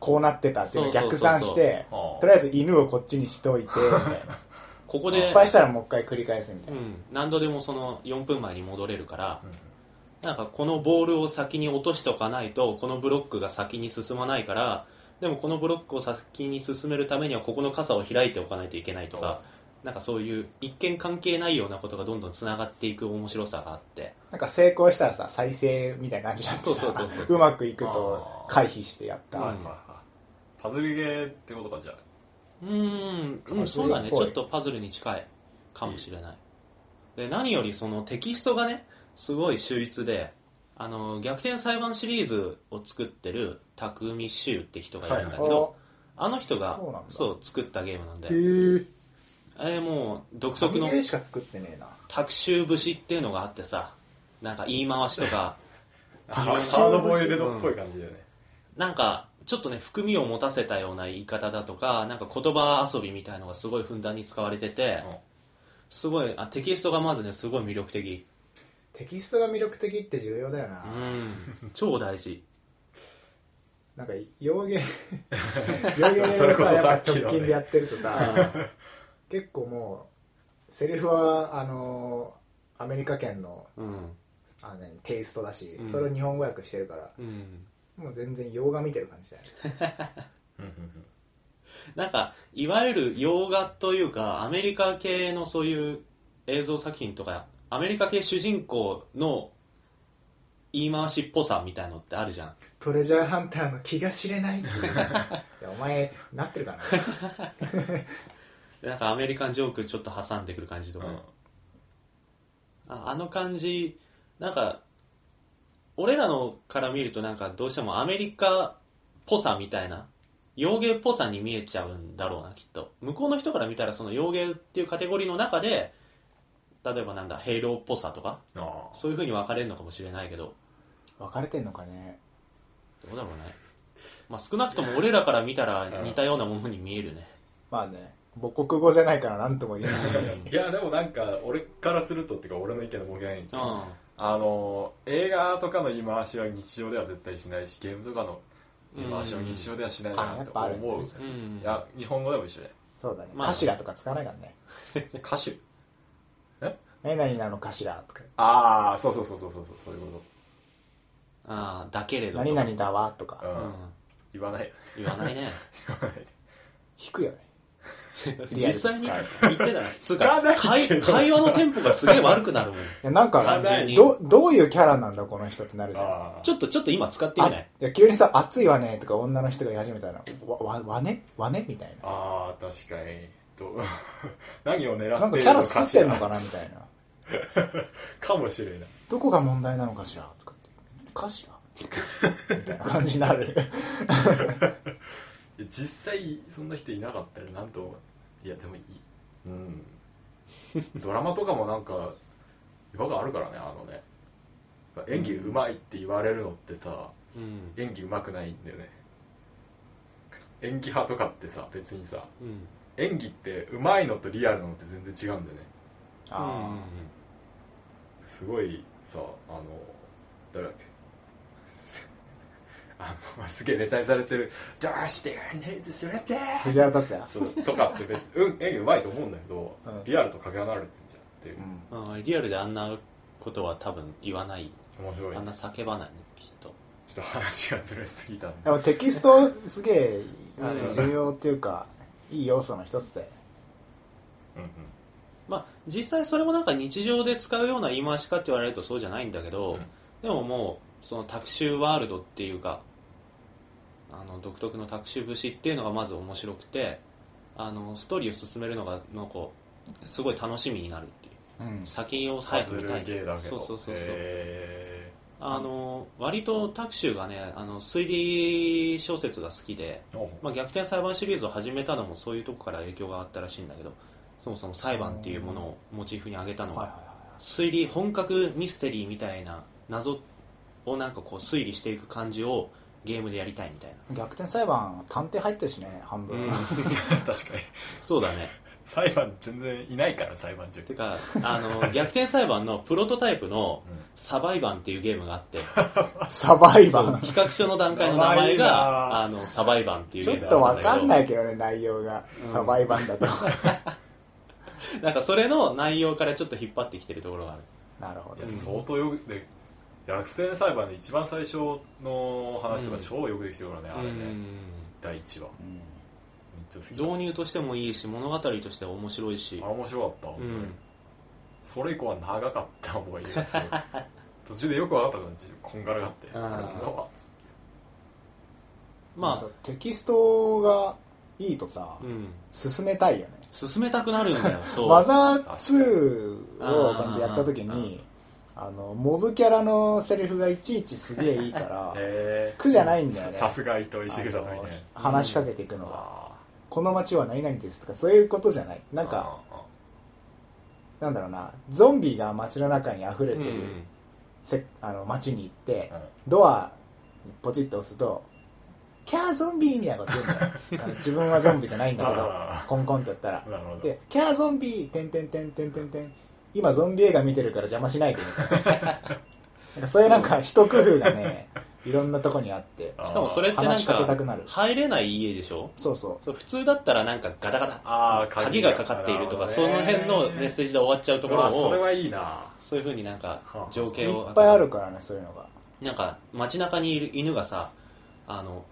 こうなってたっていうのを逆算
そ
し
うそうそう
て
ああ
とりあえず犬をこっちにしとい
(laughs)
てみたいな
ここで
失敗したらもう一回繰り返すみた
う
いな、
ん、何度でもその4分前に戻れるから
う、ん
なんかこのボールを先に落としておかないとこのブロックが先に進まないからでもこのブロックを先に進めるためにはここの傘を開いておかないといけないとかなんかそういう一見関係ないようなことがどんどんつながっていく面白さがあって
なんか成功したらさ再生みたいな感じになって
そうそう
さ
そうそう
うまくいくと回避してやった、
うん
はいはいはいパズルゲーってことかじゃあ
うーん、うん、
形
そうだね
っ
ち
ぽい
ょっとパズルに近いかもしれないで何よりそのテキストがねすごい秀逸であの逆転裁判シリーズを作ってる匠柊って人がいるんだけど、
はい
あの人が
そうなんだ
そう作ったゲームなんで
あへえ
えーもう独特
紙
の
でしか作ってねえな
卓州節っていうのがあってさなんか言い回しと
(laughs)
か
ハードボイルドっぽい感じだよね、
なんかちょっとね含みを持たせたような言い方だとかなんか言葉遊びみたいのがすごいふんだんに使われてて
うん
すごいあテキストがまずねすごい魅力的
テキストが魅力的って重要だよな、
う
(laughs)
ん超大事
なんか洋
(laughs)
芸洋芸の
それこ
さ
そ
やっぱ
さっきのね
直近でやってるとさ、
(laughs) うん
結構もうセリフはあのアメリカ圏の
うん
あ何テイストだし、
うん
それを日本語訳してるから
うん
もう全然洋画見てる感じだよね
うんうん
なんかいわゆる洋画というかアメリカ系のそういう映像作品とかアメリカ系主人公の言い回しっぽさみたいのってあるじゃん
トレジャーハンターの気が知れないっていういやお前なってるかな
なんかアメリカンジョークちょっと挟んでくる感じとか
う
ね、
ん
ああの感じなんか俺らのから見るとなんかどうしてもアメリカっぽさみたいな洋芸っぽさに見えちゃうんだろうなきっと向こうの人から見たらその洋芸っていうカテゴリーの中で例えばなんだヘイローっぽさとか
あ
そういう風に分かれるのかもしれないけど
分かれてんのかね
どうだろうねまあ少なくとも俺らから見たら似たようなものに見えるね
まあね母国語じゃないから何とも言え
う
ない
あいやでもなんか俺からするとっていうか俺の意見の申し訳ないんだけど
ん
あの映画とかの言い回しは日常では絶対しないしゲームとかの言い回しは日常ではしないなっ
うんあや
て思う、
っぱあ
るうん
いや日本語でも一緒で
(laughs) そうだね、
まあ
頭とか使わないからね
歌手
何々なの頭とか
ああそうそうそうそうそうそうそういうこ
ああだけれど
何
と
々だわと
と、う
か
ん
うん
言わない
言わないね
(laughs) 言わない
引くよねリア
実
ルで使う
際に言ってたらつ
使わ
か
ないけ
会
ど
会話のテンポがすげえ悪くなるもん
いやなんか
考えに
どどういうキャラなんだこの人ってなるじゃん
あ
ちょっとちょっと今使ってみな
あ
い
いや急にさ「暑いわね」とか女の人が言い始めたら「わわわねわね」みたいな
ああ確かにどう (laughs) 何を狙っているの
なんか
か
キ
し
ャ
ら
ラ作ってんのかなみたいな
(laughs) かもしれない
どこが問題なのかしらとかって「かしら?」みたいな感じになる
実際そんな人いなかったらなんともいやでもいい
(laughs)
うんドラマとかもなんか違和感あるからねあのね演技うまいって言われるのってさ
うん
演技うまくないんだよね (laughs) 演技派とかってさ別にさ
うん
演技ってうまいのとリアルなのって全然違うんだよね
あ
すごいさあの誰だっけ (laughs) すあのすげえネタにされてる「どうしてやんねえとするって!」
あ藤原竜也
そうとかって別に、 (laughs) うん、演技うまいと思うんだけど、
うん
リアルとかけ離れてんじゃんっていう、
うん
うんうんリアルであんなことは多分言わない
面白い
あん
ね
な叫ばないねきっと
ちょっと話がずれすぎた
で
んで
もテキストすげえあ
う
の
ん
重要っていうかいい要素の一つで
うんうん
まあ実際それもなんか日常で使うような言い回しかって言われるとそうじゃないんだけど、
うん
でももうそのタクシーワールドっていうかあの独特のタクシー節っていうのがまず面白くてあのストーリーを進めるのがのこうすごい楽しみになるっていう
うん
先を
パ
早く
ズ
見
ル
たい
ゲーだけ
そ
ど
うそうそうそう、
へ
あの割とタクシュがねあの推理小説が好きで、
ーお
まあ、逆転裁判シリーズを始めたのもそういうとこから影響があったらしいんだけどそもそも裁判っていうものをモチーフに挙げたの
はい
は
はいはい
推理本格ミステリーみたいな謎をなんかこう推理していく感じをゲームでやりたいみたいな
逆転裁判探偵入ってるしね半分、
う
(laughs)
ん
確かに
そうだね
裁判全然いないから裁判中
てかあの逆転裁判のプロトタイプの
うん
サバイバンっていうゲームがあって
(laughs) サバイバ
そう
ン
企画書の段階の名前
名前いいな
があのサバイバンっていう
ち
ゲ
ょっ
ーム
と
が
わ
あるんだけど
かんないけどね内容が、サバイバンだと
(laughs) なんかそれの内容からちょっと引っ張ってきてるところがある
なるほ
い
ど
や
ん
相当よくで逆転裁判の一番最初の話とか超よくできてるからね、あれね第1話めっ
うん
ちゃ好き
導入としてもいいし物語としては面白いし
あ面白かった、
うん
それ以降は長かった思い出が
(laughs)
すごい途中でよく分かったから自分こんがらがって
うん
あれうわっつっ
ま
そ
あ
うテキストがいいとさ、
うん
進めたいよね
進めたくなるん (laughs) だよそう
マザー2を
あー
やった時にあのモブキャラのセリフがいちいちすげえいい
(laughs)
から
てへー
苦じゃないんだよね
ささすが伊藤石草みたい
あ
な
の話しかけていくのが、
あ
この街は何々ですとかそういうことじゃない
ー
なんか
あーあ
なんだろうなゾンビが街の中に溢れ
う
てる、
ん
せあの街に行って
ーうん
ドアポチッと押すと「キャーゾンビ!」みたいなこと言うんだよあの
(laughs)
自分はゾンビじゃないんだけど
あ
コンコンってやったら
ーなるほど
で「キャーゾンビ!」てんてんてんてんてんてん今ゾンビ映画見てるから邪魔しないでみたいな
(laughs)
なんかそういうなんか一工夫がねいろんなとこにあって
あー
しかもそれってな
話
ん
しかけたく
か
なる
入れない家でしょ
そうそう
そう普通だったらなんかガタガタ
あー
鍵がかかっているとか
な
そ
ほど
の
ね
辺のメッセージで終わっちゃうとこ
う
ろ
わそれ
を
はいいな
そういうふうになんか
はあ
情景を
いっぱいあるからねそういうのが
なんか街中にいる犬がさあの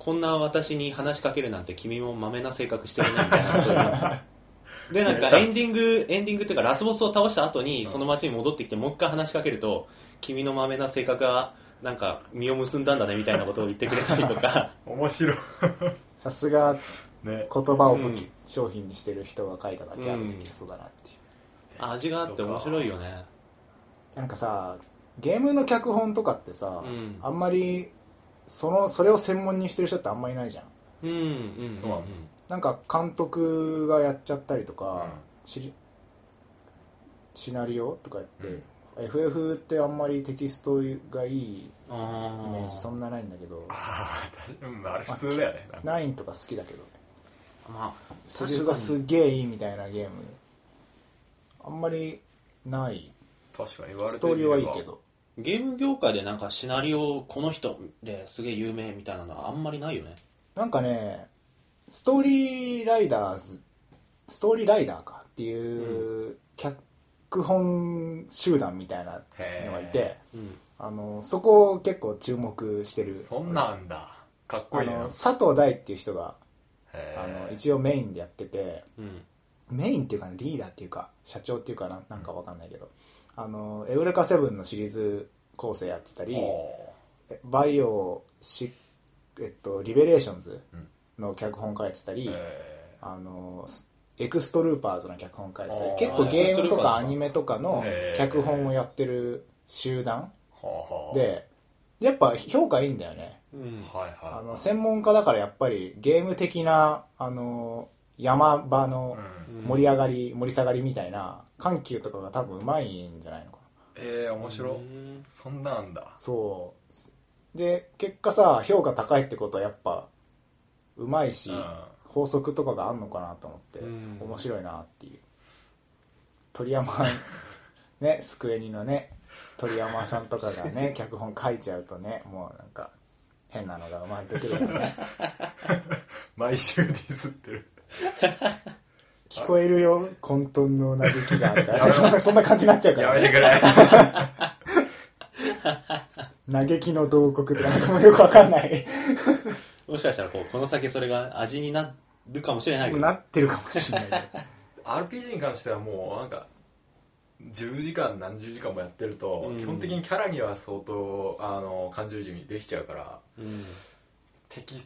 こんな私に話しかけるなんて君もまめな性格してるねみたいなこと
(laughs)
にでなんかエンディングエンディングっていうかラスボスを倒した後にその街に戻ってきてもう一回話しかけると君のまめな性格がなんか実を結んだんだねみたいなことを言ってくれたり
(laughs)
とか
面白い
さすが
ね
言葉を武器、
うん
商品にしてる人が書いただけあるテキストだなっていう、
味があって面白いよね
なんかさゲームの脚本とかってさ、
うん
あんまりそのそれを専門にしてる人ってあんまりいないじゃん
うんうんうん
そうなの
なんか監督がやっちゃったりとか、シリシナリオとかやって、FF ってあんまりテキストがいいイメ
あ
ージそんなないんだけど
ああ確かにうんあれ普通だよねなんか
9とか好きだけど
あまあ
セリフがすげえいいみたいなゲームあんまりない
確かに言われ
ス
て
トー
み
リ
れ
ー
ば
はいいけど
ゲーム業界でなんかシナリオこの人ですげえ有名みたいなのはあんまりないよね
なんかねストーリーライダーズストーリーライダーかっていう脚本集団みたいなのがいて
へ
うん
あのそこを結構注目してる
そんなんだかっこ
あ
いいな
の佐藤大っていう人が
へ
あの
ー
一応メインでやってて
うん
メインっていうかねリーダーっていうか社長っていうかななんかわかんないけどあのエウレカセブンのシリーズ構成やってたり
お
えバイオシ、えっと、リベレーションズ
うん
の脚本書いてたり、
ーへ
あのスエクストルーパーズの脚本書いてたり
あー
結構ゲームとかア
エクストルーパーズか
ニメとかの
へー
脚本をやってる集団
ーはあはあ
でやっぱ評価いいんだよね
うん
はいはい
あの専門家だからやっぱりゲーム的なあの山場の
うん
盛り上がり、盛り下がりみたいな緩急とかが多分うまいんじゃないのかな
えー面白
うん
そんなんだ
そうで結果さ評価高いってことはやっぱうまいし、
うん
法則とかがあんのかなと思って、
うん
面白いなっていう鳥
(laughs)
山ねスクエニのね鳥山さんとかが
(laughs)
ね脚本書いちゃうとねもうなんか変なのが生まれてくるからね (laughs)
毎週ディスってる
聞こえるよ混沌のうなずきがみたいなそんなそんな感じになっちゃうか
や
ら、
め
ね、
てくれ
嘆きの洞窟とかなんかもうよくわかんない
もしかしたらこうこの先それが味になるかもしれないけど
なってるかもしれないけど
RPG に関してはもうなんか10時間何十時間もやってると、
うん
基本的にキャラには相当あの感情移入できちゃうから
うん
敵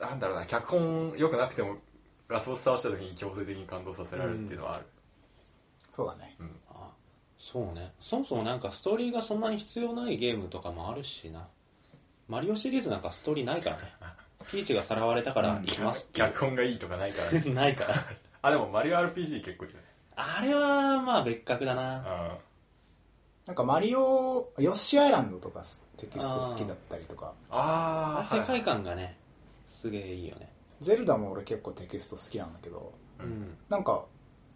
なんだろうな脚本良くなくてもラスボス倒した時に強制的に感動させられるっていうのはある、
そうだね
あそうねそもそもなんかストーリーがそんなに必要ないゲームとかもあるしなマリオシリーズなんかストーリーないからねピーチがさらわれたから行きますって
脚本がいいとかないから、
(laughs)
ね、
ないから
あでもマリオ RPG 結構いいよね
あれはまあ別格だな
あ
なんかマリオヨッシーアイランドとかテキスト好きだったりとか
あ
あ
ー
世界観がねすげえいいよね
ゼルダも俺結構テキスト好きなんだけど
う
うんん
なんか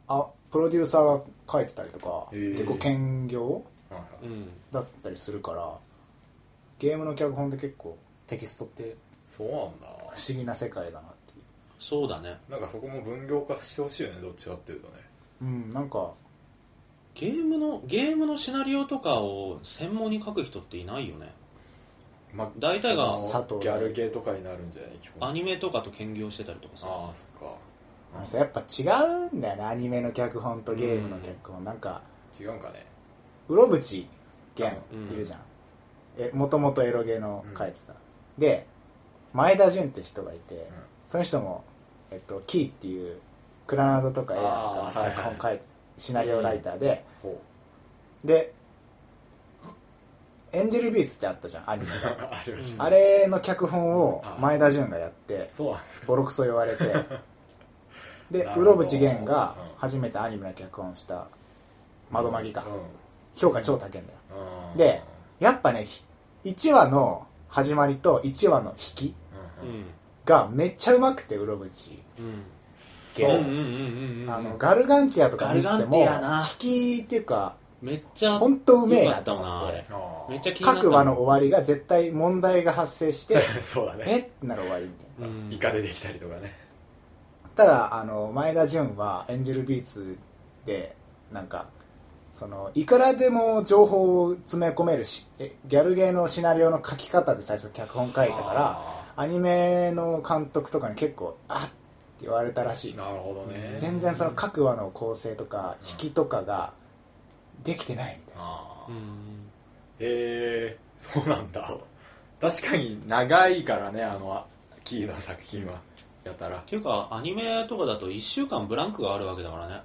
あプロデューサーが書いてたりとか
へー
結構兼業
はいはい
うん
だったりするからゲームの脚本って結構テキストって
そうなんだ
不思議な世界だなっていう
そうだね
なんかそこも分業化してほしいよねどっちかっていうとね
うんなんか
ゲームのゲームのシナリオとかを専門に書く人っていないよね
まあ
大体が
そのギャルゲーとかになるんじゃない基本
アニメとかと兼業してたりとかさ
ああそっか
あのさやっぱ違うんだよねアニメの脚本とゲームの脚本、なんか
違うんかね
うろぶち源
うん
いるじゃん、えもともとエロゲの書いてた、で前田純って人がいて、その人も、えっと、キーっていうクラナドとかエア
あ
と
ー
か
はいはい
脚本書い、シナリオライターで、
ほ
でエンジェルビーツってあったじゃんアニメ
う
が
(laughs) ありまし
(laughs)
た
あれの脚本を
あー
前田純がやって
そうなんですか
ボロクソ言われてで
なるほど
室淵源が初めてアニメの脚本した窓マギか、評価超高いんだよ
うんうん
でやっぱね1話の始まりと1話の引き
うんうん
がめっちゃうまくて室淵
うん
そう
うんうんうんうん
あのガルガンティアとか見てても
ガルガンティアな
引きっていうか
めっちゃ
本当うめえ
よか
な
った
と
もんな
思
あ
って
れ
あー
めっちゃ気になった
各話の終わりが絶対問題が発生して
(laughs)
(laughs) そうだ
え
ね
ってなる終わりみたいな
うん
イカでできたりとかね
ただあの前田純はエンジェルビーツでなんかそのいくらでも情報を詰め込めるしえギャルゲーのシナリオの書き方で最初脚本書いたから
あ
アニメの監督とかに結構あっって言われたらしい
ーなるほどね
全然その各話の構成とか
うん
引きとかができてないみたいな
あ
う
ーへ
ん
えそうなんだ確かに長いからねあのキーの作品はやたら
っていうかアニメとかだと1週間ブランクがあるわけだからね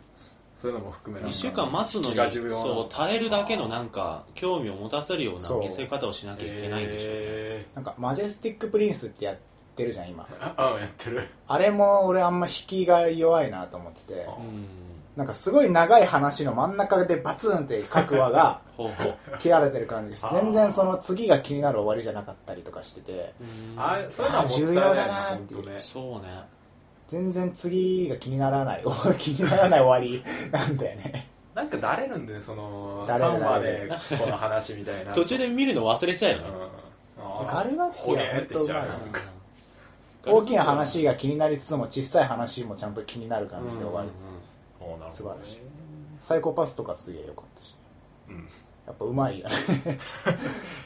そういうのも含め
1週間待つの
気が
に
重要
そう耐えるだけのなんか興味を持たせるような
そう
見せ方をしなきゃいけないんでしょうね、
へ
なんかマジェスティック・プリンスってやってるじゃん
(laughs)
今
ーあやってる
あれも俺あんま引きが弱いなと思ってて
あ
うん
なんかすごい長い話の真ん中でバツンって各話
(laughs)
が
ほうほ (laughs) う
切られてる感じです
あー
全然その次が気になる終わりじゃなかったりとかしてて
うん
あそういうのはもったいない
重要だなっていう
本当ね
そうね
全然次が気にならない気にならない終わりなんだよね
なんかだれるんだよねその
だれる
3話でこの話みたいな
途中で見るの忘れちゃうよね、
ガルガンティア
ほげーってしちゃうな
ほ
ん
げ
か
大きな話が気になりつつも小さい話もちゃんと気になる感じで終わる
おーなる
素
ほど
晴
ね
らしいサイコパスとかすげえ良かったし
うん
やっぱうまいよね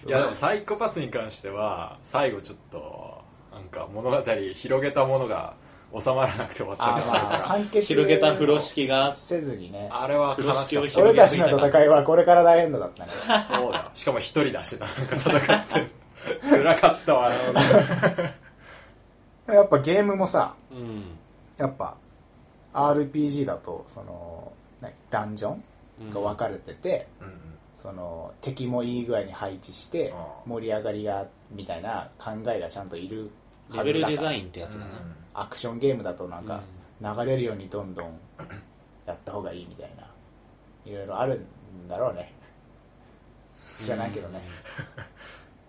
いやでもサイコパスに関しては最後ちょっとなんか物語広げたものが収まらなくて終わった
(laughs) あ
か
ー
ら
まあ完結
広げた風呂敷が
せずにね
あれは悲し
風
かっ
呂敷を
俺たちの戦いはこれから大変だだったね
(laughs) たそうだよしかも一人だしななんか戦ってる辛かったわあの
やっぱゲームもさ
うん
やっぱ RPG だとその何ダンジョ
うん
ンが分かれてて、
うんうん
その敵もいい具合に配置して
あー
盛り上がりがみたいな考えがちゃんといる
レベルデザ
ン
インってやつだな、
アクションゲームだとなん
う
か
ん
流れるようにどん (coughs) どんやった方がいいみたいないろいろあるんだろうね知らないけどね、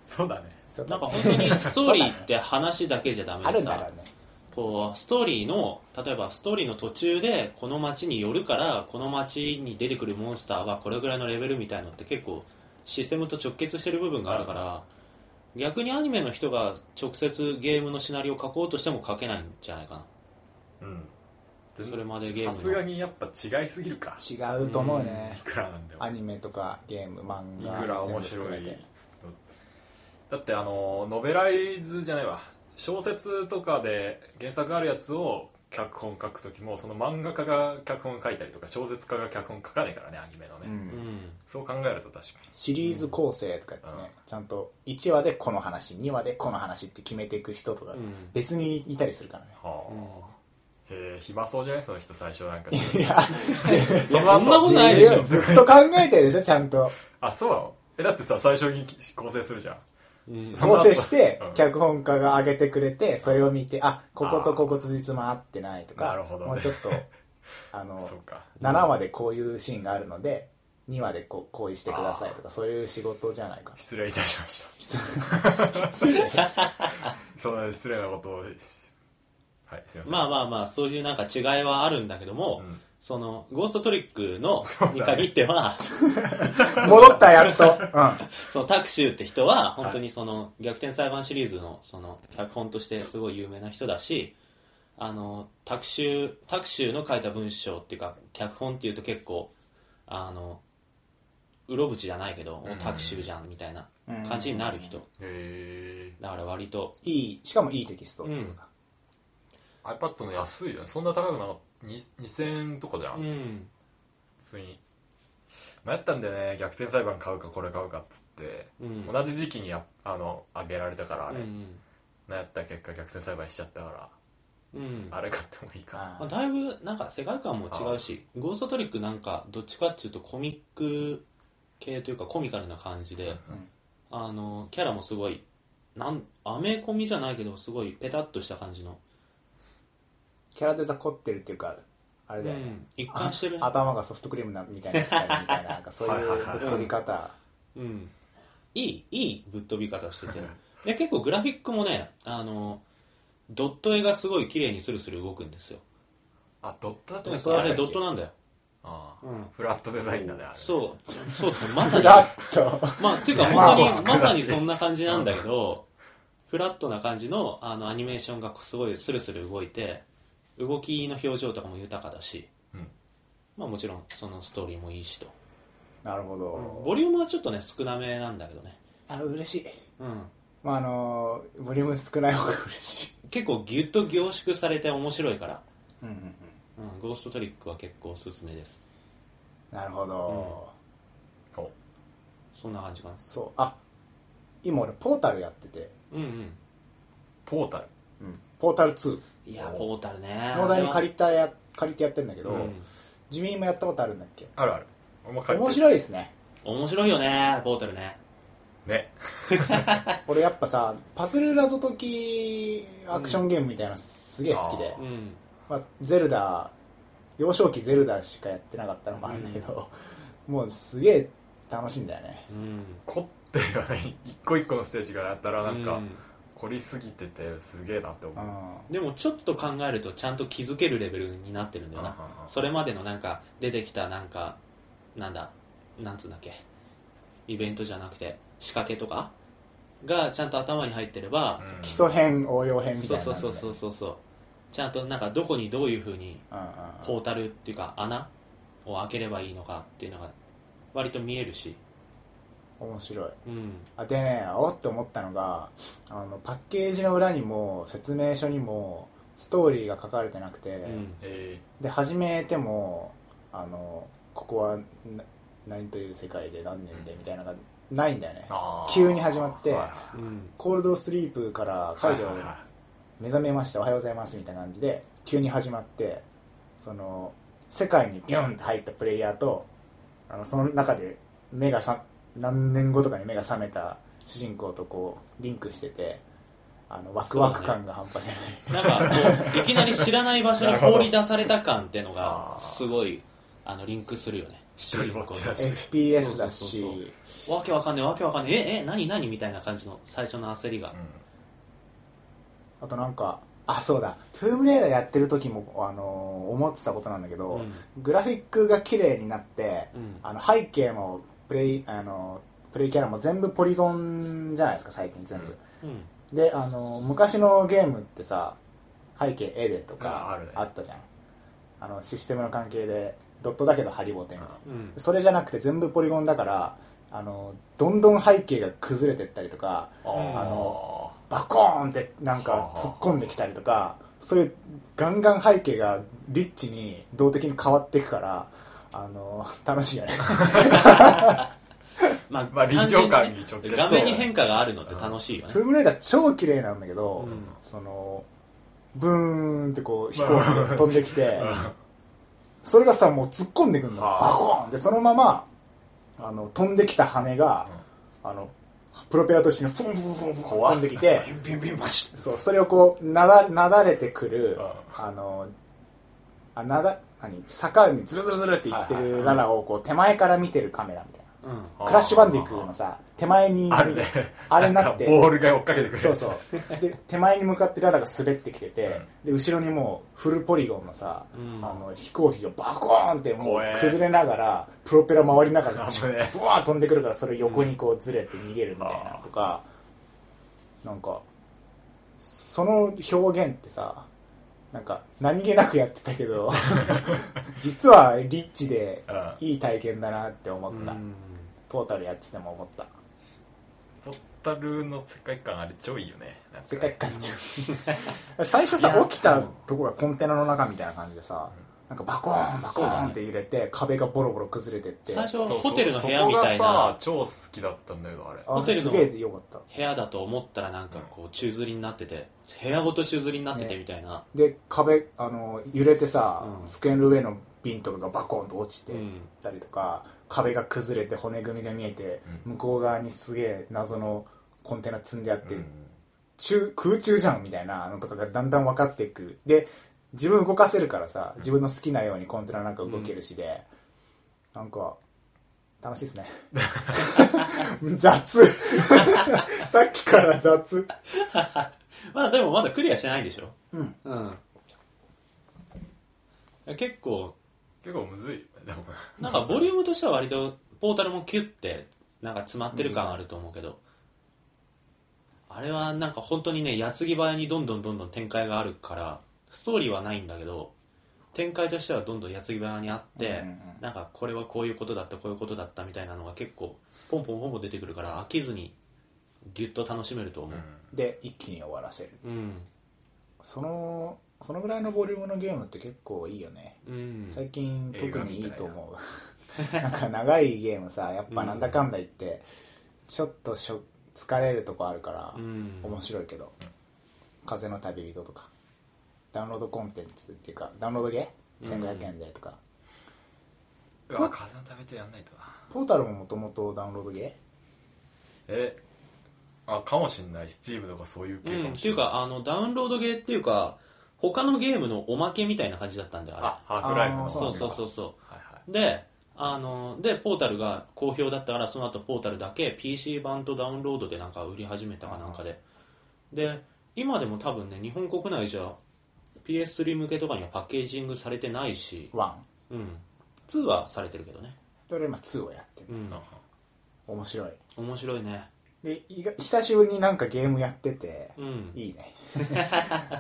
そうだね
そう
なんか
だね
本当にストーリーって話だけじゃダメ
(laughs) あ
で
る
さ
んだろうね
こうストーリーの例えばストーリーの途中でこの街に寄るからこの街に出てくるモンスターはこれぐらいのレベルみたいのって結構システムと直結してる部分があるから逆にアニメの人が直接ゲームのシナリオを書こうとしても書けないんじゃないかな
うん
それまでゲームの
さすがにやっぱ違いすぎるかい
違うと思うね、
くらなんでも
アニメとかゲーム漫
い
画
くら
全部
面白
含め
い
て
だってあのノベライズじゃないわ小説とかで原作あるやつを脚本書く時もその漫画家が脚本書いたりとか小説家が脚本書かないからねアニメのね、
うん
うん
そう考えると確か
シリーズ構成とかやってね、
うん
ちゃんと1話でこの話2話でこの話って決めていく人とか
うん (laughs)
別にいたりするからね、
にはあ、
うん
へえ暇そうじゃないその人最初なんか知らない
いや、
そんなことないでしょ。
ずっと考えてるでしょ、ちゃんと。
あそうなのえだってさ最初に構成するじゃん
うん
その
構
後
成して
うん、
脚本家が上げてくれて、それを見て、あ、こことここ辻褄合ってないと
あーな
か
るほど、ね
もうちょっと、あの、
そうか
7話でこういうシーンがあるので、2話でこう行為してくださいとか、そういう仕事じゃないかな。
失礼いたしましたそんな失礼なことをはいすいません
まあまあまあ、そういうなんか違いはあるんだけども、
うん
その、ゴーストトリックの
そうだ、ね
に限っては、
戻った、やっと。う
そのタクシューって人は、本当にその、逆転裁判シリーズの、その、脚本としてすごい有名な人だし、あの、タクシュー、タクシューの書いた文章っていうか、脚本っていうと結構、あの、うろぶちじゃないけど、
うん
タクシューじゃんみたいな感じになる人。
へえ
だから割と、
ん。いい、しかもいいテキストっていうか。
iPad の安いよねそんな高くなかったに2000円とかじゃん、
う
普
ん。
通に迷ったんだよね逆転裁判買うかこれ買うかっつって、
うん
同じ時期にやあのあげられたからあ
うん
れ、
うん。
悩った結果逆転裁判しちゃったから、
うん。
あれ買ってもいいか
あ
な
まあ、
ー
だいぶなんか世界観も違うしゴーストトリックなんかどっちかっていうとコミック系というかコミカルな感じで、
ん
あのキャラもすごいなんアメコミじゃないけどすごいペタッとした感じの、
キャラデザ凝ってるっていうか、あれだよ
う
ね。
ん一貫してる、
あ頭がソフトクリームなみたいなみたいななんかそういうぶっ飛び方
うん、いいいいぶっ飛び方しててで結構グラフィックもねあのドット絵がすごい綺麗にスルスル動くんですよ
あドットだった
うん
の
そうだ
あ
ったっけ
れドットなんだよ、
ああ
うん、
フラットデザインだねあれ
そう
(laughs)
そうだねまさ
フ
に
ラッと
まあ、ていうか
まあ
本当に、
まあ
まさにそんな感じなんだけど、フラットな感じの、あの、アニメーションがすごいスルスル動いて、動きの表情とかも豊かだし、
うん
まあもちろん、そのストーリーもいいしと。
なるほど
ボリュームはちょっとね、少なめなんだけどね。
あ嬉しい
うん。
まああのボリューム少ない方が嬉しい
結構ギュッと凝縮されて面白いから、
うんうんうん
うん、ゴーストトリックは結構おすすめです。
なるほど
そう
そんな感じかな。
そうあ今俺ポータルやってて
うんうん。
ポータル
ポータル2
いや、ポータルね。
農大に借りたや借りてやってんだけ
う
ど
ん。
地味もやったことあるんだっけ
あるある俺も借りて
面
る
白いですね
面白いよね、ポータルね。
ね
俺やっぱさパズル謎解きアクションゲームみたいなのすげえ好きで
うん。
まあ、ゼルダ幼少期ゼルダしかやってなかったのもあるんだけど、もうすげえ楽しいんだよね
うん。
凝ってるよね (laughs) 一個一個のステージがやったらなんか、
う
凝りすぎててすげえなって
う
思う、
ん
でもちょっと考えるとちゃんと気づけるレベルになってるんだよな
うんうんうん
それまでのなんか出てきたなんかなんだなんつうんだっけイベントじゃなくて仕掛けとかがちゃんと頭に入ってれば、
うん
基礎編応用編みた
そ
いうな
そう
感じで
そうそうそうそうちゃんとなんかどこにどういうふうに
うんうん
ポータルっていうか穴を開ければいいのかっていうのが割と見えるし
うん面白い
うん
あでねおって思ったのがあのパッケージの裏にも説明書にもストーリーが書かれてなくて、
うん
え
で始めてもあのここはな何という世界で何年でみたいなのがないんだよね
ーあー
急に始まって
はいはい
うん
コールドスリープから解除
はいはいはい
目覚めましたおはようございますみたいな感じで急に始まってその世界にビュンって入ったプレイヤーとあのその中で目がさ何年後とかに目が覚めた主人公とこうリンクしててあのワクワク感が半端じゃない、
なんかこういきなり知らない場所に放り出された感っての
あ
が
ー
すごいあのリンクするよね
一人ぼっちだし
FPS だし
そうそうそうわけわかんねえわけわかんねえええ何何みたいな感じの最初の焦りが
うん
あとなんかあそうだトゥームレイダーやってる時もあの思ってたことなんだけ
う
ど、
ん
グラフィックが綺麗になって
うん
あの背景もプレイあのプレイキャラも全部ポリゴンじゃないですか最近全部、
うん
であの昔のゲームってさ背景絵でと
ああ
か
るね
あったじゃんあのシステムの関係でドットだけどハリボテみたいな
うん
それじゃなくて全部ポリゴンだからあのどんどん背景が崩れてったりとか
あー
あのバコーンってなんか突っ込んできたりとかそういうガンガン背景がリッチに動的に変わっていくからあの楽しいよね
まあ
まあ臨場感にちょっと
単純にね画面に変化があるのって楽しいよね
トゥームレイダー超綺麗なんだけど、
うん
そのブーンってこう飛行機で飛んできて、それがさもう突っ込んでくんの
はあ
バコーンでそのままあの飛んできた羽が、あのプロペラと一緒にフンフンフンフン
怖っ
飛んできて
ビンビンビンバシ
そうそれをこうなだなだれてくる
あ
あのあなだ何坂にズルズルズルって行って
はいはい
る
は
ラ
い
ラをこう手前から見てるカメラみたいな
ッうん
クラッシュバンディクーのさ手前に
あるね
あれになって
んかボールが追っかけてくる
そうそうで手前に向かってララが滑ってきてて、で後ろにもうフルポリゴンのさ、
うん
あの飛行機がバコーンっても
怖え
う崩れながらプロペラ回りながら
危ね
ブワー飛んでくるからそれ横にこうずれて逃げるみたいなのとか、なんかその表現ってさなんか何気なくやってたけ
(laughs)
ど実はリッチで
うん
いい体験だなって思った、
うん
トータルやってても思った
ポッタルの世界観あれ超いいよねなんか
世界観中 (laughs) 最初さ起きたとこがコンテナの中みたいな感じでさなんかバコーンバコーンって揺れて壁がボロボロ崩れてって
最初
そう
ホテルの部屋みたい
そこがさ
な
超好きだったんだけどあれ
あ
ホテル
す
の
げえよかった
部屋だと思ったらなんかこう宙吊りになってて部屋ごと宙吊りになってて
ね
みたいな、
で壁あの揺れてさ、
うん
机の上の瓶とかがバコーンと落ちて
うん
たりとか、壁が崩れて骨組みが見えて、
うん
向こう側にすげえ謎のコンテナ積んであって、
うん
中空中じゃんみたいなのとかがだんだん分かっていくで自分動かせるからさ自分の好きなようにコンテナなんか動けるしで、なんか楽しいですね (laughs) 雑 (laughs) さっきから雑
まあでもまだクリアしてないんでしょ
うん
うん結構
結構むずいでも
なんかボリュームとしては割とポータルもキュッてなんか詰まってる感あると思うけどあれはなんか本当にね矢継ぎ早にどんどんどんどん展開があるからストーリーはないんだけど展開としてはどんどん矢継ぎ早にあって、
うんうんうん
なんかこれはこういうことだったこういうことだったみたいなのが結構ポンポンポンポン出てくるから飽きずにギュッと楽しめると思う
で一気に終わらせる
うん
そのそのぐらいのボリュームのゲームって結構いいよね
うん
最近
映
特
画みたいな
にいいと思う (laughs) なんか長いゲームさやっぱなんだかんだ言って、ちょっとしょ疲れるとこあるから、
うん
面白いけど「風の旅人」とかダウンロードコンテンツっていうかダウンロードゲー1500円でとか、
うわ風の食べてやんないとな
ポータルももともとダウンロードゲ
えあかもしんないスチームとかそういう系
う
か
ん、っ
も
て
し
いうん
ない、
か、あの、ダウンロードゲーっていうか、他のゲームのおまけみたいな感じだったんだよ、あ
あハーフライフの
あ
れ。そうそうそううそ。
はいはいう
で、あの、で、ポータルが好評だったから、その後ポータルだけ PC 版とダウンロードでなんか売り始めたかなんかで。で、今でも多分ね、日本国内じゃ PS3 向けとかにはパッケージングされてないし、
ー1
うん。2はされてるけどね。
それ今2をやってる
うん。
面白い
面白いね。
で意外久しぶりになんかゲームやってて、
うん。
いい
(laughs)
ね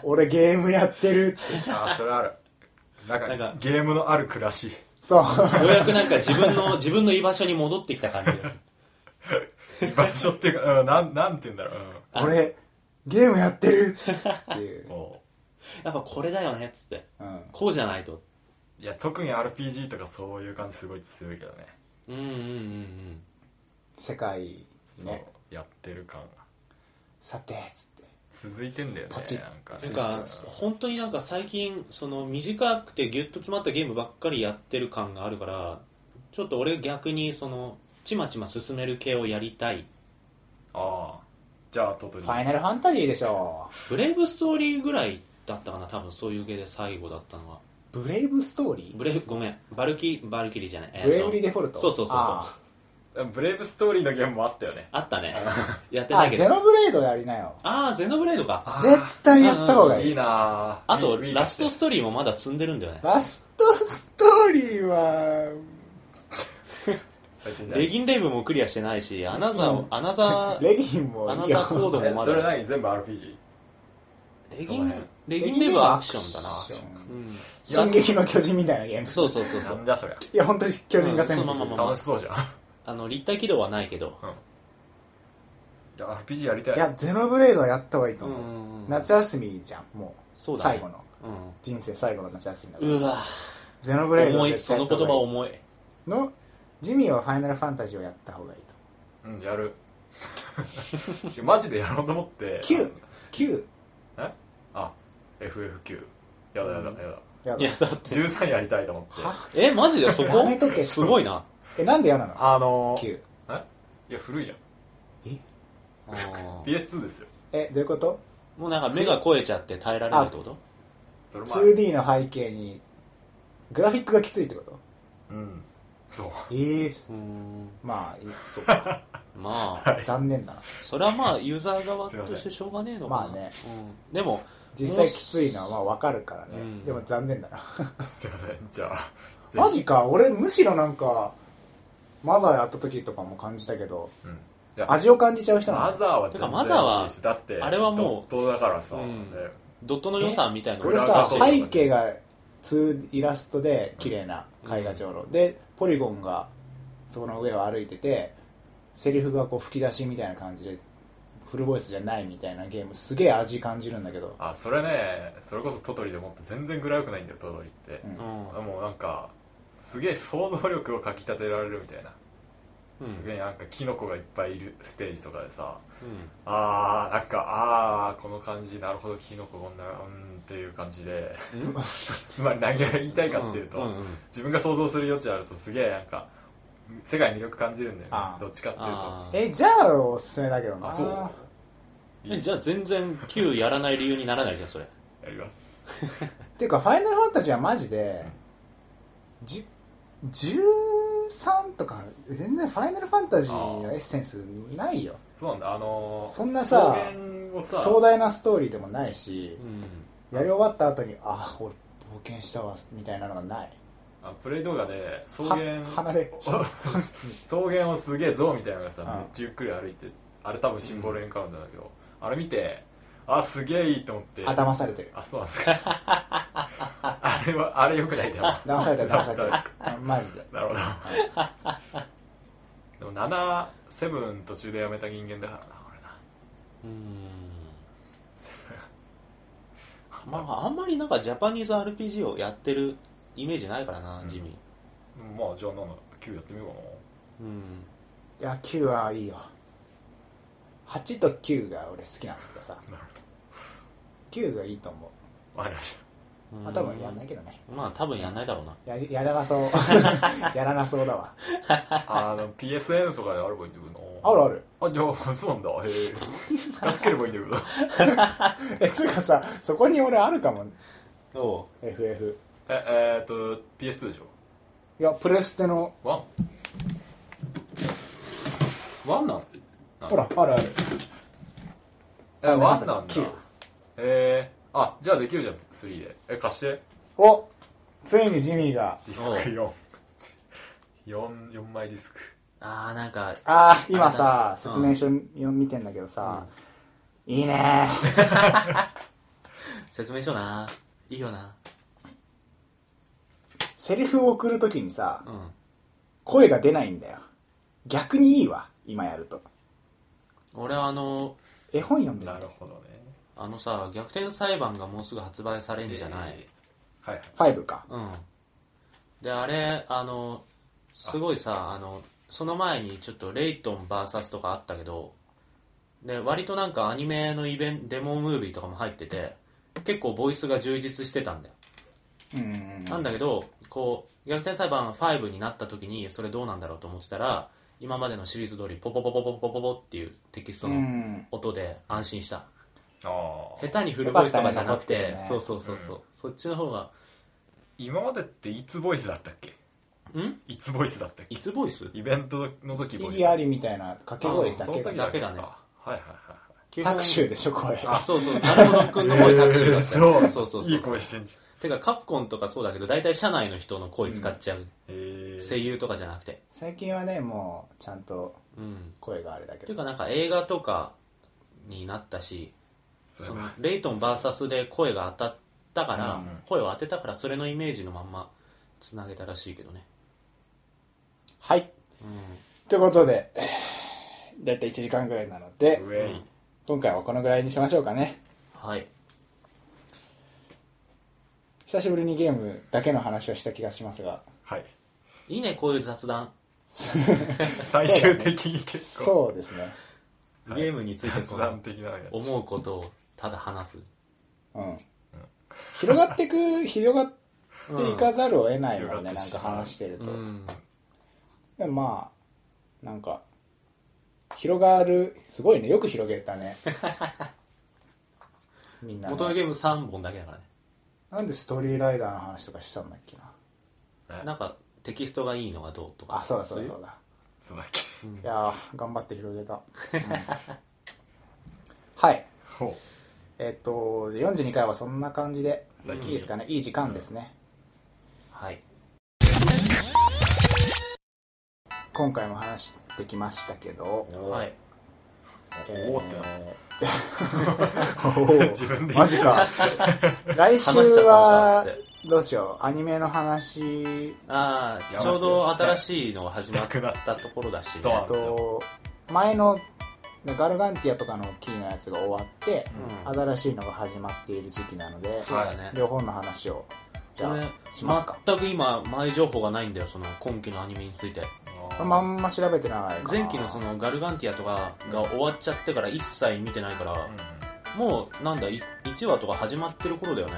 俺ゲームやってるって
あそれあるなんか
なんか
ゲームのある暮らし
そう
ようやくなんか自分 (laughs) の、自分の居場所に戻ってきた感じがする。
居場所っていうか、うん、なんなんて言うんだろう、
俺ゲームやってるっていう、
うん、も
やっぱこれだよねっつって。
うん、
こうじゃないと。
ういや特に RPG とかそういう感じすごい強いけどね
うんうんうん
世界
そう、
ね
やってる感が
さてつって
続いてんだよね
ポチッ
なんか
な
なんんか、
か本当になんか最近、その短くてギュッと詰まったゲームばっかりやってる感があるから、ちょっと俺逆にその、ちまちま進める系をやりたい。
ああじゃあトト
「
に
ファイナルファンタジー」でしょ
ブレイブストーリーぐらいだったかな、多分そういう系で最後だったのは。
ブレイブストーリー
ブレイごめん、バルキ、バルキリーじゃない。えーと
ブレイブリーデフォルト
そうそうそうそう
あー
ブレイブストーリーのゲームもあったよね
あったね。やっ
(laughs)
て
あ、
たけ
ゼ
ど。
ノブレードやりなよ。
あー、ゼノブレイドか。
絶対やった方がい
いい
い。
な
あと、ラスト
ス
ストーリーもまだ積んでるんだよね。
ラストストーリーは、
レギンレイブもクリアしてないし、アナザーも、アナザー、
レギンも
あない
い
たコー
よ。
ドもま
それ
だ。
何全部 RPG?
レギ
その
ン
辺、
レギンレイブはアクションだな。
レギンレイブはアクション
う
進撃の巨人みたいなゲーム。
ん。そうそうそうそ
なん
う。
だそりゃ
いや、本当に巨人が攻めて
うんその
く
ま
る
ま。
楽しそうじゃん
あの、立体軌道はないけど。
じゃあ RPG やりたい
いや、ゼノブレードはやった方がいいと
うん
思う。
うんうん。
夏休みじゃん、も。
そううだ
最
ね
後の。
う
人生最後の夏休みだから
ん。うわ
ゼノブレード
重。
はい絶
そ
対や
の
った方
言
が
葉
いい
重い。
の、ジミーはファイナルファンタジーをやった方がいいと。
うんやる (laughs) マジでやろうと思って
9、9。
えあ FF9 やだやだやだ、
や
いや、だって。
13やりたいと思って
は
え、マジでそ
やめと
こ
け
すごいな。
えなんで嫌なの
あの
9
えいや古いじゃん
あー
PS2 ですよ
えどういうこと
もうなんか目が超えちゃって耐えられないってこと
それまあ
2D の背景にグラフィックがきついってこと
うんそう (laughs)
ええ
うーん。
まあいそうか
まあ、
残念だな
それはまあ、ユーザー側
すいませ
と
ん
してしょうがねえのかな。
まあね
うん。でも、
実際きついのはまあわかるからね、
うん
でも残念だな
すいませんじゃあぜひ
マジか俺むしろなんかマザーやった時とかも感じたけど
うんいや
味を感じちゃう人な
マ
の
ザーは
て
全
か
然
マザーはい
いしだって
あれはもう
ドットだからさ、
うん
ね
ドットの予算みたいな
俺
裏
さ
が
背景が 2D イラストで綺麗な絵画上の、でポリゴンがその上を歩いててセリフがこう吹き出しみたいな感じでフルボイスじゃないみたいなゲームすげえ味感じるんだけど、
あそれねそれこそトトリでもって全然グラよくないんだよトトリって
う、ん
う
もうなんかすげえ想像力をかきたてられるみたいな、
ん。うん。
でなんかキノコがいっぱいいるステージとかでさ
うん
あーなんかあーこの感じなるほどキノコこんなうんっていう感じで (laughs)
うん
つまり何が言いたいかっていうと、
んんん
自分が想像する余地あるとすげえなんか世界に魅力感じるんだよね
あー
どっちかっていうと
あー
えじゃあおすすめだけどな
あそう
えじゃあ全然 Q やらない理由にならないじゃんそれ
やります
っていうか「ファイナルファンタジー」はマジで、じ13とか全然「ファイナルファンタジー」のエッセンスないよ
そうなんだあのー
そんなさ
草原をさ
壮大なストーリーでもないし
う、ん
やり終わった後に「あ俺冒険したわ」みたいなのがない
あのプレイ動画で草原
は鼻で
草原をすげえ象みたいなのがさ、
うん
めっちゃゆっくり歩いてあれ多分シンボルエンカウンターだけど、あれ見てあすげえいいと思って
騙されてる
あそうなんですかあれはあれよくないだろ
騙されて (laughs) る騙されてるあマジで
なるほどでも77途中でやめた人間だからな俺な
うん
セ
まああんまりなんかジャパニーズ RPG をやってるイメージないからな
うん
ジミ
ブンまあじゃあなんだ9やってみようかな
ーうん
いや9はいいよ8と9が俺好きなんだけどさ
なる
9がいいと思う
わかりました
まあ多分やんないけどね
まあ多分やんないだろうな
やりやらな (laughs) そうやらなそうだわ
あの PSN とかであればいいんだけどな
あるある
あいやそうなんだへえ助ければいいんだけ
(laughs)
ど
えつうかさそこに俺あるかも
おう
FF
ええー、っと PS2 でしょ
いやプレステの
ワンワンなん
ほらあるある
えワンなんだ
九
えー、あじゃあできるじゃん3でえ貸して
おついにジミーが
ディ
スク
44 4枚ディスク
ああなんか
ああ今さ
あれ
説
だね
明書よ見てんだけどさ、いいね
説明書ないいよな
セリフを送るときにさ
うん
声が出ないんだよ逆にいいわ今やると
俺はあの
絵本読んでる
なるほどね
あのさ逆転裁判がもうすぐ発売されんじゃない、
えーはい
5か
うん。で、あれ、あの、すごいさ、あの、その前にちょっとレイトン VS とかあったけど、で、割となんかアニメのイベント、デモムービーとかも入ってて、結構ボイスが充実してたんだよ。
うん
なんだけど、こう、逆転裁判5になった時に、それどうなんだろうと思ってたら、今までのシリーズ通り、ポポポポポポポポっていうテキスト
う
の
ん
音で安心した。
あ
下手にフルボイスとかじゃ
よ
なく
かった
て
ね残ってる、ね
そうそうそうそう、そっちの方が、
今までっていつボイスだったっけ
ん
いつボイスだったっけ
いつボイス
イベントの時ボイ
意
ス
義ありみたいな掛け声
あ
だ
その
け
時
が
だけ
だけだね
かはいはいは
タ
い
クシーでしょ声
あ、そうそう、なるほどくんの声タクシ
(laughs)
ーだったよ、
えー
そうそうそうそう
いい声してんじ
てか、カプコンとかそうだけど、大体社内の人の声使っちゃう。
ゃんえ
声優とかじゃなくて。
最近はねもうちゃんと
うん。
声があれだけ
ていう
ど
か、なんか映画とかになったし、
それ
そ
は
のレイトン VS で声が当たったから、
うん
うん
声を当てたから、それのイメージのまんま繋げたらしいけどね。
はい
うん。
ということでだいたい1時間ぐらいなので
ウェイ、
今回はこのぐらいにしましょうかね
はい。
久しぶりにゲームだけの話をした気がしますが
はい
いいね、こういう雑談。
最終的に結構
そうですね
はい
ゲームについてこ
雑
の
談的なのやっちゃう
思うことをただ話す。
うん広がってく、広がっていかざるを得ないもんね、
うん
なんか話してると。
うん
でもまあ、なんか、広がる、すごいね、よく広げたね。みんな、
元の
ね。
ゲーム3本だけだからね
なんでストーリーライダーの話とかしたんだっけな。
なんかテキストがいいのがどうとか
あ、そうだそう
い
だそうだ。
そうだっけ
いやー頑張って広げた。はい。
ほ
えっと、じゃあ42回はそんな感じで、
最近
いいですかね、いい時間ですね。
はい
今回も話してきましたけど、
はい
えー
おーってな
じゃあおー
(laughs) 自分で言う
マジか。来週
話したから
は
だっ、て
どうしよう、アニメの話
ああちょうど新しいのが始まったところだしね
そうなんですよ
と、前のガルガンティアとかのキーのやつが終わって、
うん
新しいのが始まっている時期なので、
そうだね
両方の話を、じゃ
これ
あ、しますか。
全く今前情報がないんだよその今期のアニメについて
これまんま調べてないかな
前期のそのガルガンティアとかが終わっちゃってから一切見てないから、
うん
もうなんだ1話とか始まってる頃だよね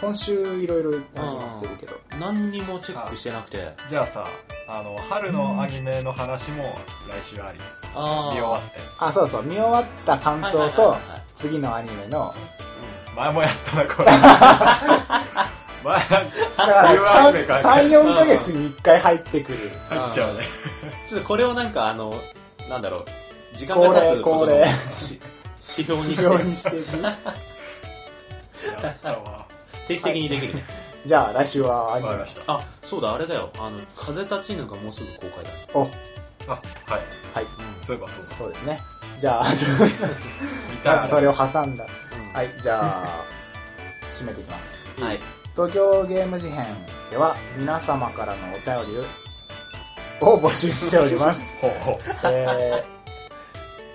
今週いろいろ始まってるけど、
何にもチェックしてなくて
じゃあさあの春のアニメの話も来週あり
あ
見終
ー
わったや
あ、そうそう、見終わった感想
はい
と
はいはいはい、
次のアニメの、
つ前もやったなこれ前
だから
冬アニメ
3、
か
3 4ヶ月に1回入ってくる。
入っちゃうね
ちょっとこれをなんかあのなんだろう時間が経つこと
恒
の
例
し指標に
指
し
標
て
にしていく。
やったわ
定期的にできるね、
じゃあ、来週はア
わ
ニ
か
メ
り。ました
あそうだあれだよあの「風立ちぬ」がもうすぐ公開だ
お、は
あはい
い。
そういえばそうだ
そうですね。じゃあ、
見た
まずそ
い
れを挟んだ。
うん
はい、じゃあ、締めていきます。
はい
東京ゲーム事変では、皆様からのお便りを募集しております。
ほうほう
えー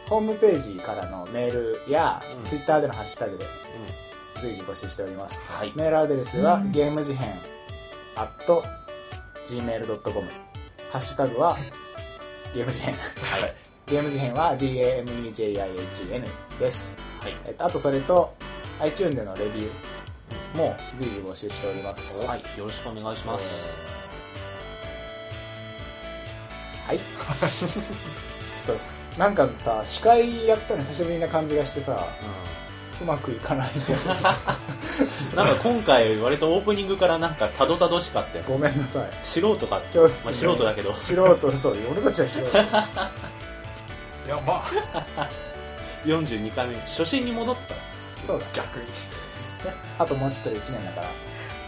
ホームページからのメールや、
うん
ツイッターでのハッシュタグで
う
随時募集しております
んはい
メールアドレスは、ゲーム事変 at gmail.com ハッシュタグはゲーム事変
はい
ゲーム事変は GAMEJIHN です、
はい
えっと、あとそれと iTune でのレビューも随時募集しております
はい、よろしくお願いします。
はい (laughs) ちょっとなんかさ司会やったの久しぶりな感じがしてさうまくいかないんだよね
うん、なんか今回割とオープニングからなんかたどたどしかったよ。
(laughs) ごめんなさい
素人か
ちょっとね
まあ素人だけど
素人そう俺たちは素
(laughs)
人
いやまあ
42回目初心に戻っ
そうだ
逆に
あともうちょっとで1年だから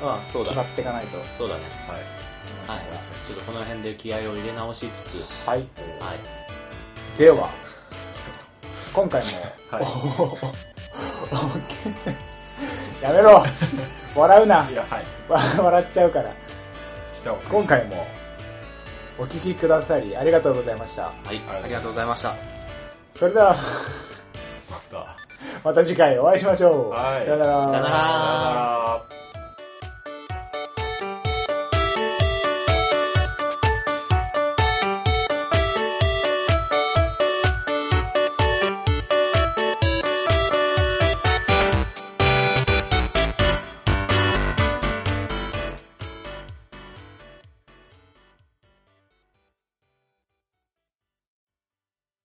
たあそう
決まっていかないとい
そうだね
はい
けま
は
せ
い
んか
ちょっとこの辺で気合を入れ直しつつ
らはい
はい
では今回も、 (laughs)
はい
おーやめろ笑うない (laughs)
やはい
笑っちゃうから
来たわ
今回もお聞きくださりありがとうございました
はい
ありがと
うございました
それでは
また
また次回お会いしましょう、
はい
さよなら
さよなら
さよなら